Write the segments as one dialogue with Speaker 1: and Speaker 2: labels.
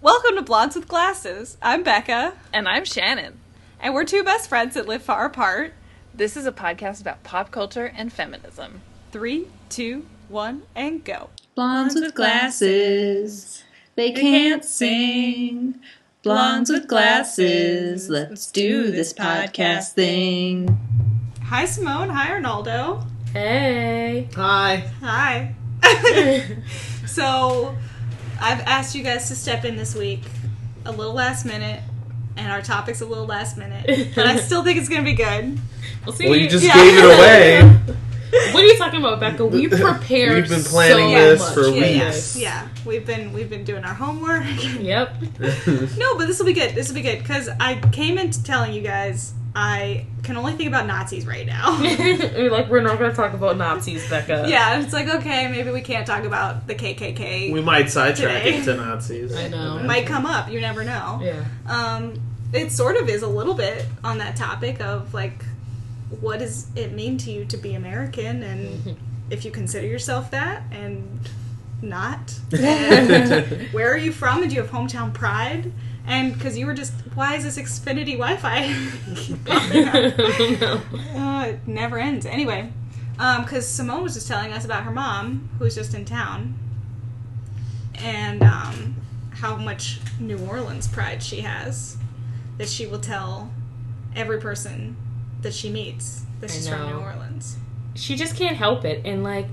Speaker 1: Welcome to Blondes with Glasses. I'm Becca,
Speaker 2: And I'm Shannon.
Speaker 1: and we're two best friends that live far apart.
Speaker 2: This is a podcast about pop culture and feminism.
Speaker 1: Three, two, one, and go.
Speaker 3: Blondes with glasses, they can't sing. Blondes with glasses, let's do this podcast thing.
Speaker 1: Hi, Simone. Hi, Arnaldo.
Speaker 4: Hey.
Speaker 5: Hi.
Speaker 1: Hi. so, I've asked you guys to step in this week a little last minute, and our topic's a little last minute, but I still think it's going to be good.
Speaker 4: Well, see,
Speaker 5: Well, you just
Speaker 1: Yeah.
Speaker 5: gave it away.
Speaker 4: what are you talking about, Becca? We prepared.
Speaker 5: We've been planning
Speaker 4: so
Speaker 5: this
Speaker 4: much.
Speaker 5: for
Speaker 1: Yeah, yeah,
Speaker 5: weeks.
Speaker 1: yeah. We've been we've been doing our homework.
Speaker 4: Yep.
Speaker 1: No, but this will be good. This will be good because I came in telling you guys I can only think about Nazis right now.
Speaker 4: We're like, we're not gonna talk about Nazis, Becca.
Speaker 1: yeah, it's like okay, maybe we can't talk about the KKK.
Speaker 5: we might sidetrack
Speaker 1: Today.
Speaker 5: it to Nazis.
Speaker 4: I know.
Speaker 5: And
Speaker 1: might come up. You never know.
Speaker 4: Yeah.
Speaker 1: Um, it sort of is a little bit on that topic of like, what does it mean to you to be American, and if you consider yourself that, and not.
Speaker 5: then-
Speaker 1: Where are you from? And do you have hometown pride? And because you were just, why is this Xfinity Wi-Fi? keep popping up? Uh, it never ends. Anyway, because Simone was just telling us about her mom, who's just in town, and um, how much New Orleans pride she has that she will tell every person that she meets that
Speaker 4: I
Speaker 1: she's from
Speaker 4: know.
Speaker 1: New Orleans.
Speaker 4: she just can't help it, and like.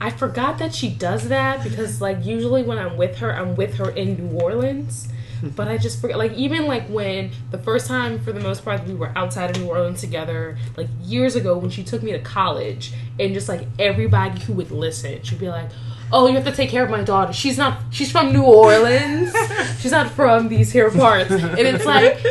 Speaker 4: I forgot that she does that because, like, usually when I'm with her, I'm with her in New Orleans. But I just forget, like, even like when the first time, for the most part, we were outside of New Orleans together, like years ago when she took me to college, and just like everybody who would listen, she'd be like, "Oh, you have to take care of my daughter. She's not. She's from New Orleans. she's not from these here parts." And it's like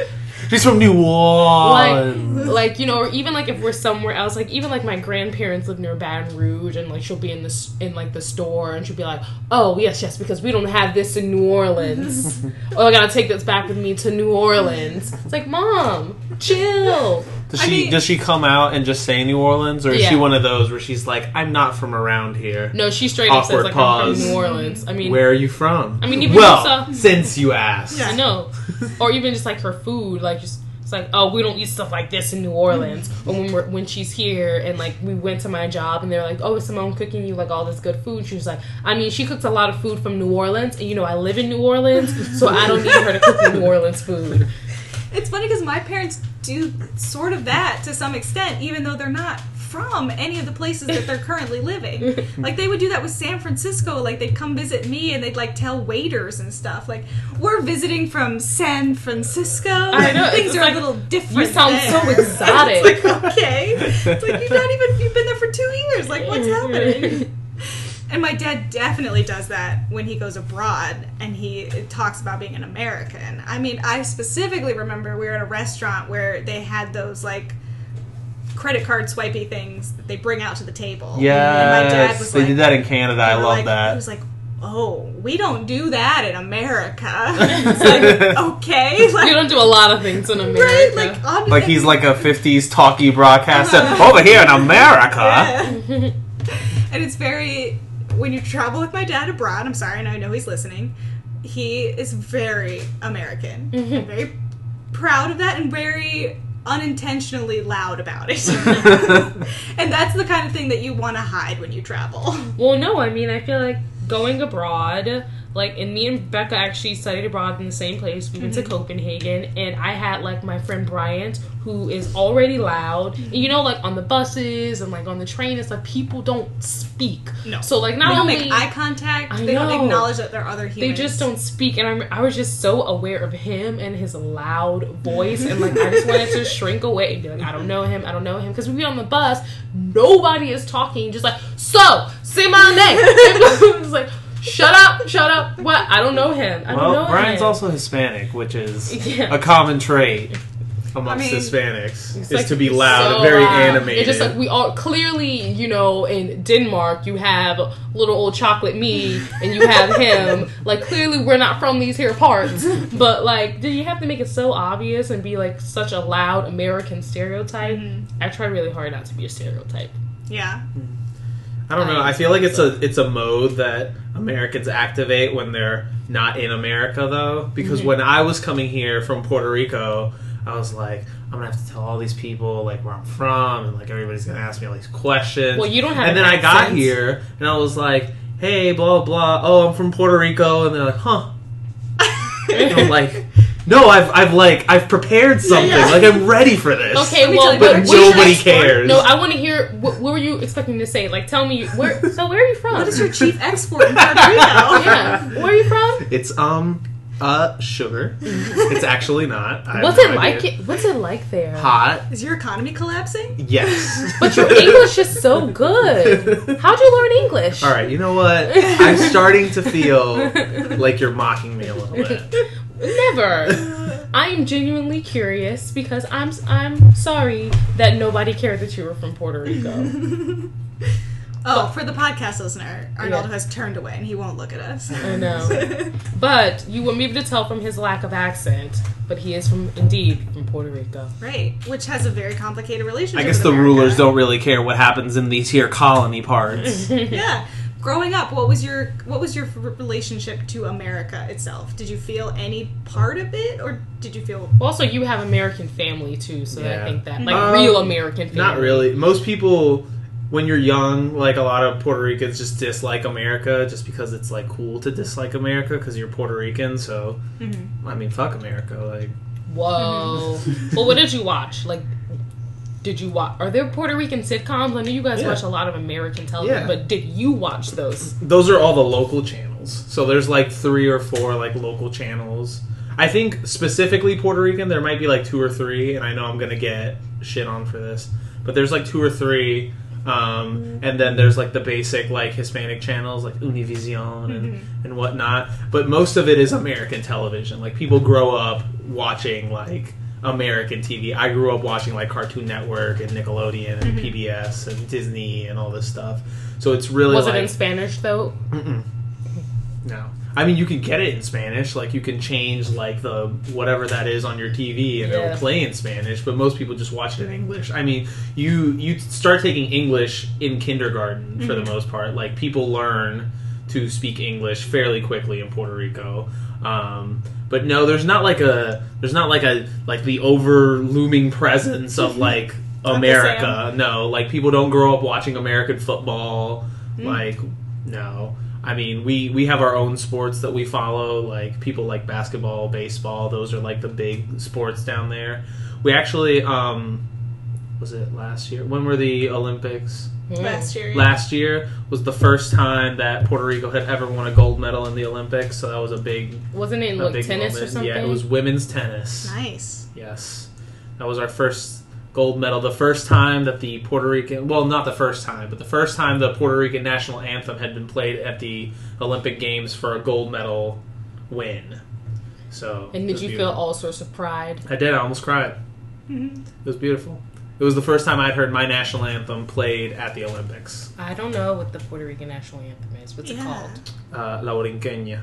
Speaker 5: She's from New
Speaker 4: like,
Speaker 5: Orleans.
Speaker 4: like you know, or even like if we're somewhere else, like even like my grandparents live near Baton Rouge, and like she'll be in this in like the store, and she'll be like, "Oh yes, yes, because we don't have this in New Orleans. oh, I gotta take this back with me to New Orleans." It's like, mom, chill.
Speaker 5: Does
Speaker 1: I
Speaker 5: she
Speaker 1: mean-
Speaker 5: does she come out and just say New Orleans, or is she
Speaker 4: Yeah.
Speaker 5: one of those where she's like, I'm not from around here.
Speaker 4: No, she straight up says
Speaker 5: Awkward
Speaker 4: like I'm
Speaker 5: pause.
Speaker 4: from New Orleans. I mean,
Speaker 5: Where are you from?
Speaker 4: I mean, even
Speaker 5: well,
Speaker 4: if it's a-
Speaker 5: since you asked,
Speaker 4: I know, or even just like her food, like just. It's like, oh, we don't eat stuff like this in New Orleans. Or when we're, when she's here, and like we went to my job, and they're like, oh, is Simone cooking you like all this good food? She was like, I mean, she cooks a lot of food from New Orleans, and you know I live in New Orleans, so I don't need her to cook me New Orleans food.
Speaker 1: It's funny because my parents do sort of that to some extent, even though they're not from any of the places that they're currently living. Like they would do that with San Francisco. Like they'd come visit me and they'd like tell waiters and stuff. Like we're visiting from San Francisco.
Speaker 4: I know,
Speaker 1: Things
Speaker 4: it's
Speaker 1: are
Speaker 4: like,
Speaker 1: a little different.
Speaker 4: You sound so
Speaker 1: there."
Speaker 4: exotic.
Speaker 1: okay. It's like you've not even you've been there for two years. Like what's happening? And my dad definitely does that when he goes abroad and he talks about being an American. I mean, I specifically remember we were at a restaurant where they had those like credit card swipey things that they bring out to the table. And my dad
Speaker 5: yes,
Speaker 1: was
Speaker 5: they
Speaker 1: like,
Speaker 5: did that in Canada.
Speaker 1: they
Speaker 5: I
Speaker 1: were
Speaker 5: love
Speaker 1: like- He
Speaker 5: that.
Speaker 1: was like, "Oh, we don't do that in America." it's like, okay,
Speaker 4: we
Speaker 1: like,
Speaker 4: don't do a lot of things in America.
Speaker 1: right? Like, on
Speaker 5: Like he's like a '50s talkie broadcaster over here in America.
Speaker 1: Yeah. and it's very when you travel with my dad abroad. I'm sorry, and I know he's listening. He is very American,
Speaker 4: Mm-hmm.
Speaker 1: and very proud of that, and very unintentionally loud about it. and that's the kind of thing that you want to hide when you travel.
Speaker 4: Well, no, I mean, I feel like going abroad, like, and me and Becca actually studied abroad in the same place. We went
Speaker 1: Mm-hmm.
Speaker 4: to Copenhagen, and I had, like, my friend Bryant, who is already loud. And, you know, like, on the buses and, like, on the train, it's like people don't speak.
Speaker 1: No.
Speaker 4: So, like,
Speaker 1: They
Speaker 4: not
Speaker 1: don't
Speaker 4: only.
Speaker 1: make eye contact.
Speaker 4: I
Speaker 1: they don't
Speaker 4: know.
Speaker 1: acknowledge that there are other
Speaker 4: they
Speaker 1: humans.
Speaker 4: just don't speak, and I'm, I was just so aware of him and his loud voice, and like I just wanted to shrink away and be like, I don't know him, I don't know him, because we'd be on the bus, nobody is talking, just like, so say my name, and it's like, shut up, shut up, what? I don't know him, I don't
Speaker 5: Well,
Speaker 4: know
Speaker 5: Brian's
Speaker 4: him.
Speaker 5: also Hispanic, which is
Speaker 4: Yeah.
Speaker 5: a common trait amongst
Speaker 1: I mean,
Speaker 5: Hispanics is
Speaker 4: It's, like,
Speaker 5: to be loud,
Speaker 4: so
Speaker 5: and very
Speaker 4: loud.
Speaker 5: animated.
Speaker 4: It's just like we all clearly, you know, in Denmark, you have little old chocolate me, and you have him. like clearly, we're not from these here parts, but like, do you have to make it so obvious and be like such a loud
Speaker 5: Mm-hmm.
Speaker 4: American stereotype? I try really hard not to be a stereotype.
Speaker 1: Yeah.
Speaker 5: I don't know. I feel like it's a it's a mode that Americans activate when they're not in America though. Because when I was coming here from Puerto Rico, I was like, I'm gonna have to tell all these people like where I'm from and like everybody's gonna ask me all these questions.
Speaker 4: Well, you don't have
Speaker 5: And
Speaker 4: an
Speaker 5: then I got
Speaker 4: accent.
Speaker 5: here and I was like, Hey, blah blah. Oh, I'm from Puerto Rico, and they're like, Huh? And I'm like, No, I've I've like I've prepared something.
Speaker 4: yeah.
Speaker 5: Like I'm ready for this.
Speaker 4: Okay,
Speaker 1: me
Speaker 4: well,
Speaker 1: tell you
Speaker 5: But
Speaker 1: what- what is your
Speaker 5: nobody
Speaker 1: export?
Speaker 5: cares.
Speaker 4: No, I want to hear. What, what were you expecting to say? Like, tell me where. So, where are you from? Oh,
Speaker 1: What is your chief export in Puerto Rico?
Speaker 4: yeah, where are you from?
Speaker 5: It's um uh sugar. it's actually not. I have
Speaker 4: What's
Speaker 5: no
Speaker 4: it
Speaker 5: idea.
Speaker 4: like? It, what's it like there?
Speaker 5: Hot.
Speaker 1: Is your economy collapsing?
Speaker 5: Yes.
Speaker 4: But your English is so good. How'd you learn English?
Speaker 5: All right. You know what? I'm starting to feel like you're mocking me a little bit.
Speaker 4: Never. I am genuinely curious because I'm I'm sorry that nobody cared that you were from Puerto Rico.
Speaker 1: Oh, for the podcast listener, Arnaldo
Speaker 4: Yeah.
Speaker 1: has turned away and he won't look at us.
Speaker 4: I know. But you wouldn't be able to tell from his lack of accent. But he is from indeed from Puerto Rico.
Speaker 1: right, which has a very complicated relationship.
Speaker 5: I guess
Speaker 1: with
Speaker 5: the
Speaker 1: America.
Speaker 5: rulers don't really care what happens in these here colony parts.
Speaker 1: Yeah. Growing up, what was your what was your f- relationship to America itself? Did you feel any part of it, or did you feel
Speaker 4: Also, you have American family too, so
Speaker 5: Yeah.
Speaker 4: I think that like
Speaker 5: Um,
Speaker 4: real American family.
Speaker 5: Not really. Most people, when you're young, like a lot of Puerto Ricans, just dislike America just because it's like cool to dislike America because you're Puerto Rican. So, I mean, fuck America. Like,
Speaker 4: Whoa. well, what did you watch? Like, did you watch? Are there Puerto Rican sitcoms? I know you guys
Speaker 5: Yeah.
Speaker 4: watch a lot of American television,
Speaker 5: Yeah.
Speaker 4: but did you watch those?
Speaker 5: those are all the local channels. So there's like three or four like local channels. I think specifically Puerto Rican, there might be like two or three, and I know I'm gonna get shit on for this, but there's like two or three, um, and then there's like the basic like Hispanic channels like Univision and,
Speaker 4: Mm-hmm.
Speaker 5: and whatnot. But most of it is American television. Like people grow up watching like American TV. I grew up watching like Cartoon Network and Nickelodeon
Speaker 4: Mm-hmm.
Speaker 5: and PBS and Disney and all this stuff. So it's really
Speaker 4: Was
Speaker 5: like,
Speaker 4: it in Spanish though?
Speaker 5: no. I mean, you can get it in Spanish. Like, you can change, like, the whatever that is on your TV and
Speaker 4: Yeah.
Speaker 5: it'll play in Spanish, but most people just watch it in English. I mean, you you start taking English in kindergarten for the most part. Like, people learn to speak English fairly quickly in Puerto Rico. Um, but no, there's not like a there's not like a like the over looming presence of like America. No, like people don't grow up watching American football.
Speaker 4: Hmm.
Speaker 5: Like no. I mean, we we have our own sports that we follow, like people like basketball, baseball, those are like the big sports down there. We actually um was it last year? When were the Olympics?
Speaker 1: last year?
Speaker 5: Last year was the first time that Puerto Rico had ever won a gold medal in the Olympics, so that was a big
Speaker 4: Wasn't it in
Speaker 5: a
Speaker 4: like
Speaker 5: big
Speaker 4: tennis
Speaker 5: moment.
Speaker 4: or something?
Speaker 5: Yeah, it was women's tennis.
Speaker 1: Nice.
Speaker 5: Yes. That was our first gold medal. The first time that the Puerto Rican, well, not the first time, but the first time the Puerto Rican national anthem had been played at the Olympic Games for a gold medal win. So.
Speaker 4: And
Speaker 5: it
Speaker 4: did
Speaker 5: was
Speaker 4: you feel
Speaker 5: beautiful.
Speaker 4: all sorts of pride?
Speaker 5: I did. I almost cried.
Speaker 1: Mm-hmm.
Speaker 5: It was beautiful. It was the first time I'd heard my national anthem played at the Olympics.
Speaker 4: I don't know what the Puerto Rican national anthem is. What's
Speaker 1: Yeah.
Speaker 4: it called?
Speaker 5: Uh, La Borinqueña.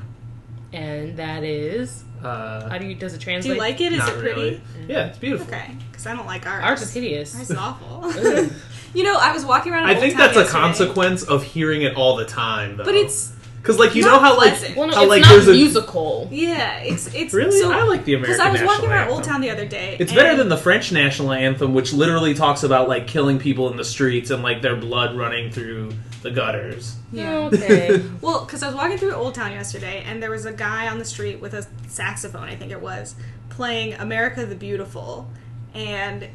Speaker 4: And that is
Speaker 5: Uh,
Speaker 4: how do you does it translate?
Speaker 1: Do you like it? Is
Speaker 5: not
Speaker 1: it pretty?
Speaker 5: really. Yeah, it's beautiful.
Speaker 1: Okay, because I don't like ours.
Speaker 4: Ours is hideous.
Speaker 1: Ours is awful. you know, I was walking around. an
Speaker 5: I
Speaker 1: old
Speaker 5: think
Speaker 1: town
Speaker 5: that's a
Speaker 1: yesterday,
Speaker 5: consequence of hearing it all the time, though.
Speaker 1: But it's
Speaker 5: because, like, you
Speaker 1: not
Speaker 5: know how like
Speaker 1: pleasant.
Speaker 4: Well, no,
Speaker 5: how
Speaker 4: it's
Speaker 5: like
Speaker 4: not
Speaker 5: there's a
Speaker 4: musical.
Speaker 1: yeah, it's it's
Speaker 5: Really?
Speaker 1: So,
Speaker 5: I like the American
Speaker 1: because I was walking
Speaker 5: national
Speaker 1: around
Speaker 5: anthem.
Speaker 1: Old Town the other day.
Speaker 5: It's better
Speaker 1: and-
Speaker 5: than the French national anthem, which literally talks about like killing people in the streets and like their blood running through the gutters.
Speaker 4: Oh, Okay.
Speaker 1: Well, because I was walking through Old Town yesterday, and there was a guy on the street with a saxophone, I think it was, playing America the Beautiful. And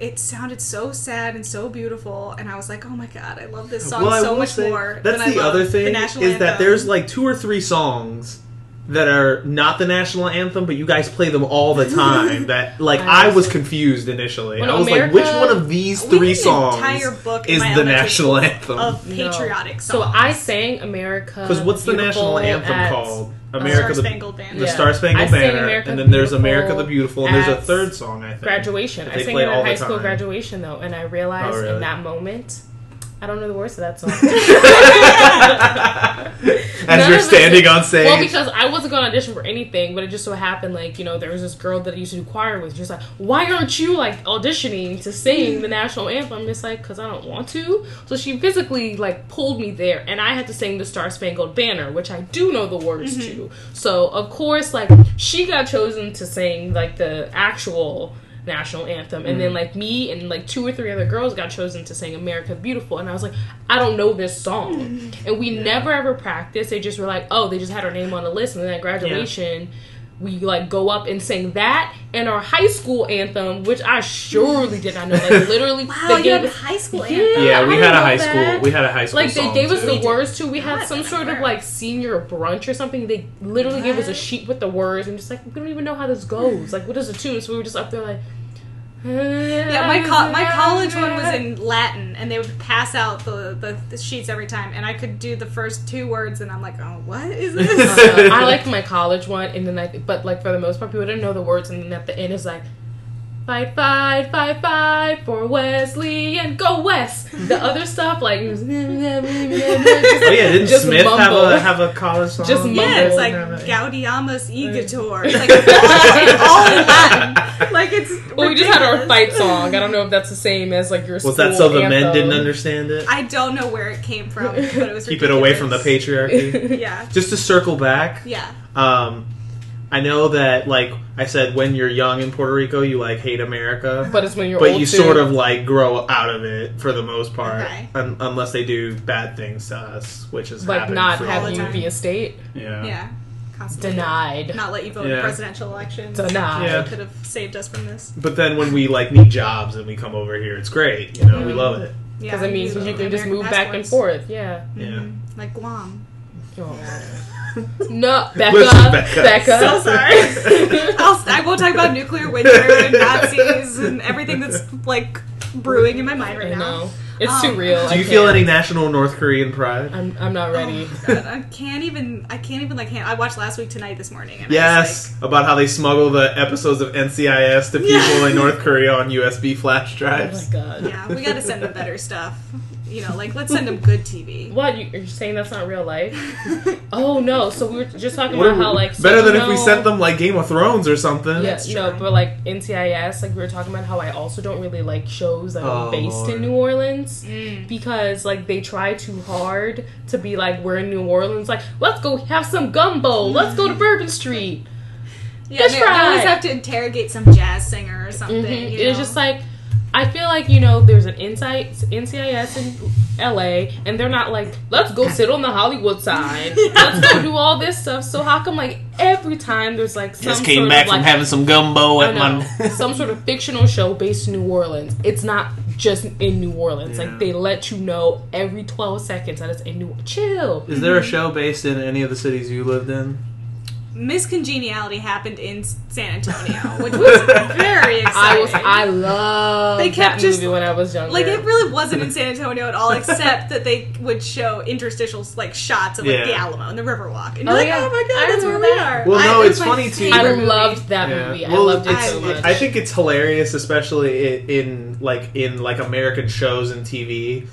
Speaker 1: it sounded so sad and so beautiful. And I was like, oh my god, I love this song so
Speaker 5: will
Speaker 1: much
Speaker 5: say-
Speaker 1: more.
Speaker 5: That's
Speaker 1: than
Speaker 5: the
Speaker 1: I love
Speaker 5: other thing
Speaker 1: the
Speaker 5: is
Speaker 1: national
Speaker 5: that
Speaker 1: anthem."
Speaker 5: there's like two or three songs that are not the national anthem, but you guys play them all the time. that like I was confused initially.
Speaker 4: Well,
Speaker 5: I was
Speaker 4: America-
Speaker 5: like, which one of these
Speaker 1: We
Speaker 5: three
Speaker 1: did an
Speaker 5: songs
Speaker 1: entire book in
Speaker 5: is
Speaker 1: my
Speaker 5: the
Speaker 1: elementary
Speaker 5: national
Speaker 1: school
Speaker 5: anthem?
Speaker 1: of
Speaker 4: No.
Speaker 1: patriotic songs.
Speaker 4: So I sang America.
Speaker 5: Because what's the
Speaker 4: Beautiful
Speaker 5: national anthem
Speaker 4: at-
Speaker 5: called?
Speaker 1: Star
Speaker 5: America the
Speaker 1: Spangled Banner.
Speaker 5: the
Speaker 4: Yeah.
Speaker 5: Star
Speaker 4: I
Speaker 5: Spangled
Speaker 4: sang
Speaker 5: Banner,
Speaker 4: America
Speaker 5: and then there's America the
Speaker 4: Beautiful
Speaker 5: Beautiful, and there's a
Speaker 4: at
Speaker 5: third song I think.
Speaker 4: Graduation.
Speaker 5: That
Speaker 4: I
Speaker 5: they
Speaker 4: sang
Speaker 5: play
Speaker 4: it
Speaker 5: all
Speaker 4: at
Speaker 5: the
Speaker 4: high school
Speaker 5: time.
Speaker 4: graduation though, and I realized
Speaker 5: Oh, really?
Speaker 4: in that moment I don't know the words to that song.
Speaker 5: As
Speaker 4: None
Speaker 5: you're
Speaker 4: of us-
Speaker 5: standing on stage.
Speaker 4: Well, because I wasn't going to audition for anything, but it just so happened, like, you know, there was this girl that I used to do choir with. She was like, why aren't you, like, auditioning to sing the national anthem? I'm just like, because I don't want to. So she physically, like, pulled me there, and I had to sing the Star Spangled Banner, which I do know the words to. So, of course, like, she got chosen to sing, like, the actual national anthem and
Speaker 1: Mm.
Speaker 4: then like me and like two or three other girls got chosen to sing america the beautiful and i was like i don't know this song and we never ever practiced they just were like oh they just had our name on the list and then at graduation we like go up and sing that and our high school anthem which i surely did not know like literally
Speaker 1: Wow,
Speaker 4: they
Speaker 1: you
Speaker 4: gave
Speaker 1: had a
Speaker 4: us-
Speaker 1: high school
Speaker 4: Yeah,
Speaker 1: anthem.
Speaker 5: yeah, we
Speaker 4: I
Speaker 5: had a
Speaker 4: know
Speaker 5: high
Speaker 4: that.
Speaker 5: school. We had a high school.
Speaker 4: like they
Speaker 5: song,
Speaker 4: gave us
Speaker 5: too.
Speaker 4: the words too. We had
Speaker 1: God,
Speaker 4: some sort of
Speaker 1: remember.
Speaker 4: like senior brunch or something. They literally gave us a
Speaker 1: What?
Speaker 4: sheet with the words and just like we don't even know how this goes. Like what is the tune? So we were just up there like.
Speaker 1: Yeah, my co- my college one was in Latin, and they would pass out the, the, the sheets every time, and I could do the first two words, and I'm like, oh, what is this?
Speaker 4: Uh, I liked my college one, and then like, but like for the most part, people didn't know the words, and then at the end is like, fight, fight, fight, fight for Wesley and go West. The other stuff like, just,
Speaker 5: Oh yeah, didn't
Speaker 4: just
Speaker 5: Smith have
Speaker 4: mumble.
Speaker 5: a have a college song?
Speaker 4: Just mumble.
Speaker 1: yeah, it's like
Speaker 5: No, no.
Speaker 1: Gaudiamus Igitur. It's like all, all in Latin. Like it's.
Speaker 4: Well, we just had our
Speaker 1: ridiculous.
Speaker 4: fight song. I don't know if that's the same as like your.
Speaker 5: Was that
Speaker 4: school
Speaker 5: so the men
Speaker 4: anthem.
Speaker 5: didn't understand it?
Speaker 1: I don't know where it came from, but it was.
Speaker 5: Keep it away from the
Speaker 1: ridiculous.
Speaker 5: patriarchy.
Speaker 1: Yeah,
Speaker 5: Just to circle back,
Speaker 1: yeah.
Speaker 5: um, I know that like I said, when you're young in Puerto Rico, you like hate America,
Speaker 4: But it's when you're
Speaker 5: but
Speaker 4: old
Speaker 5: you
Speaker 4: too.
Speaker 5: sort of like grow out of it for the most part,
Speaker 1: Okay.
Speaker 5: un- unless they do bad things to us, which is
Speaker 4: like not have
Speaker 1: the
Speaker 4: you
Speaker 1: time.
Speaker 4: be a state
Speaker 5: yeah.
Speaker 1: Yeah. Constantly.
Speaker 4: denied.
Speaker 1: Not let you vote
Speaker 5: Yeah.
Speaker 1: in presidential elections.
Speaker 4: Denied.
Speaker 5: Yeah.
Speaker 1: Could have saved us from this.
Speaker 5: But then when we like need jobs and we come over here, it's great. You know, we love it.
Speaker 1: Yeah.
Speaker 4: Because it means you can just
Speaker 1: American
Speaker 4: move back and
Speaker 1: passports. Mm-hmm.
Speaker 4: forth. Yeah.
Speaker 5: Yeah.
Speaker 1: Like Guam.
Speaker 4: No, Becca.
Speaker 5: Listen, Becca.
Speaker 4: Becca.
Speaker 1: So sorry. I'll, I won't talk about nuclear winter and Nazis and everything that's like brewing in my mind right
Speaker 4: I
Speaker 1: now.
Speaker 4: know. It's too
Speaker 1: Um,
Speaker 4: real. I
Speaker 5: Do you feel
Speaker 4: can't.
Speaker 5: any national North Korean pride?
Speaker 4: I'm, I'm not ready. Oh
Speaker 1: Oh, God, I can't even. I can't even like. hand- I watched last week tonight this morning. And
Speaker 5: Yes, about how they smuggle the episodes of NCIS to people
Speaker 1: Yeah.
Speaker 5: in North Korea on USB flash
Speaker 4: oh my
Speaker 5: drives.
Speaker 1: I was like,
Speaker 4: god.
Speaker 1: yeah, we got to send them better stuff. You know, like let's send them good TV.
Speaker 4: What? You, you're saying that's not real life? Oh no. So we were just talking
Speaker 5: What
Speaker 4: about
Speaker 5: are-
Speaker 4: how like
Speaker 5: better
Speaker 4: so
Speaker 5: than
Speaker 4: you
Speaker 5: if we
Speaker 4: know-
Speaker 5: sent them like Game of Thrones or something.
Speaker 4: Yeah,
Speaker 1: That's
Speaker 4: no,
Speaker 1: true.
Speaker 4: but like NCIS, like we were talking about how I also don't really like shows that
Speaker 5: Oh,
Speaker 4: are based
Speaker 5: Lord.
Speaker 4: in New Orleans because like they try too hard to be like we're in New Orleans, like let's go have some gumbo, let's go to Bourbon Street.
Speaker 1: Yeah,
Speaker 4: Fish
Speaker 1: they, they always
Speaker 4: fry.
Speaker 1: have to interrogate some jazz singer or something.
Speaker 4: Mhm.
Speaker 1: you
Speaker 4: It's
Speaker 1: know?
Speaker 4: just like I feel like you know there's an insight NCIS in LA, and they're not like let's go sit on the Hollywood sign, let's go do all this stuff. So how come like every time there's like some sort of, like,
Speaker 5: some gumbo
Speaker 4: I know. some sort of fictional show based in New Orleans. It's not just in New Orleans.
Speaker 5: Yeah.
Speaker 4: Like they let you know every twelve seconds that it's in New. Chill.
Speaker 5: Is there a show based in any of the cities you lived in?
Speaker 1: Miss Congeniality happened in San Antonio, which was very exciting.
Speaker 4: I was. I love
Speaker 1: They
Speaker 4: that
Speaker 1: kept just-
Speaker 4: movie when I was younger.
Speaker 1: Like it really wasn't in San Antonio at all, except that they would show interstitials like shots of like the
Speaker 5: Yeah.
Speaker 1: Alamo and the Riverwalk, and you're
Speaker 4: Oh,
Speaker 1: like,
Speaker 4: yeah.
Speaker 1: oh my god,
Speaker 4: I
Speaker 1: that's where
Speaker 4: remember
Speaker 1: we
Speaker 4: that.
Speaker 1: are.
Speaker 5: Well,
Speaker 1: I-
Speaker 5: no,
Speaker 1: it was
Speaker 5: it's
Speaker 1: my
Speaker 5: funny, too.
Speaker 4: I
Speaker 1: favorite
Speaker 4: loved
Speaker 1: movie.
Speaker 4: that
Speaker 5: Yeah.
Speaker 4: movie.
Speaker 5: Well,
Speaker 4: I loved it
Speaker 1: I
Speaker 4: so
Speaker 1: loved
Speaker 4: much.
Speaker 5: I think it's hilarious, especially i- in like in like American shows and TV.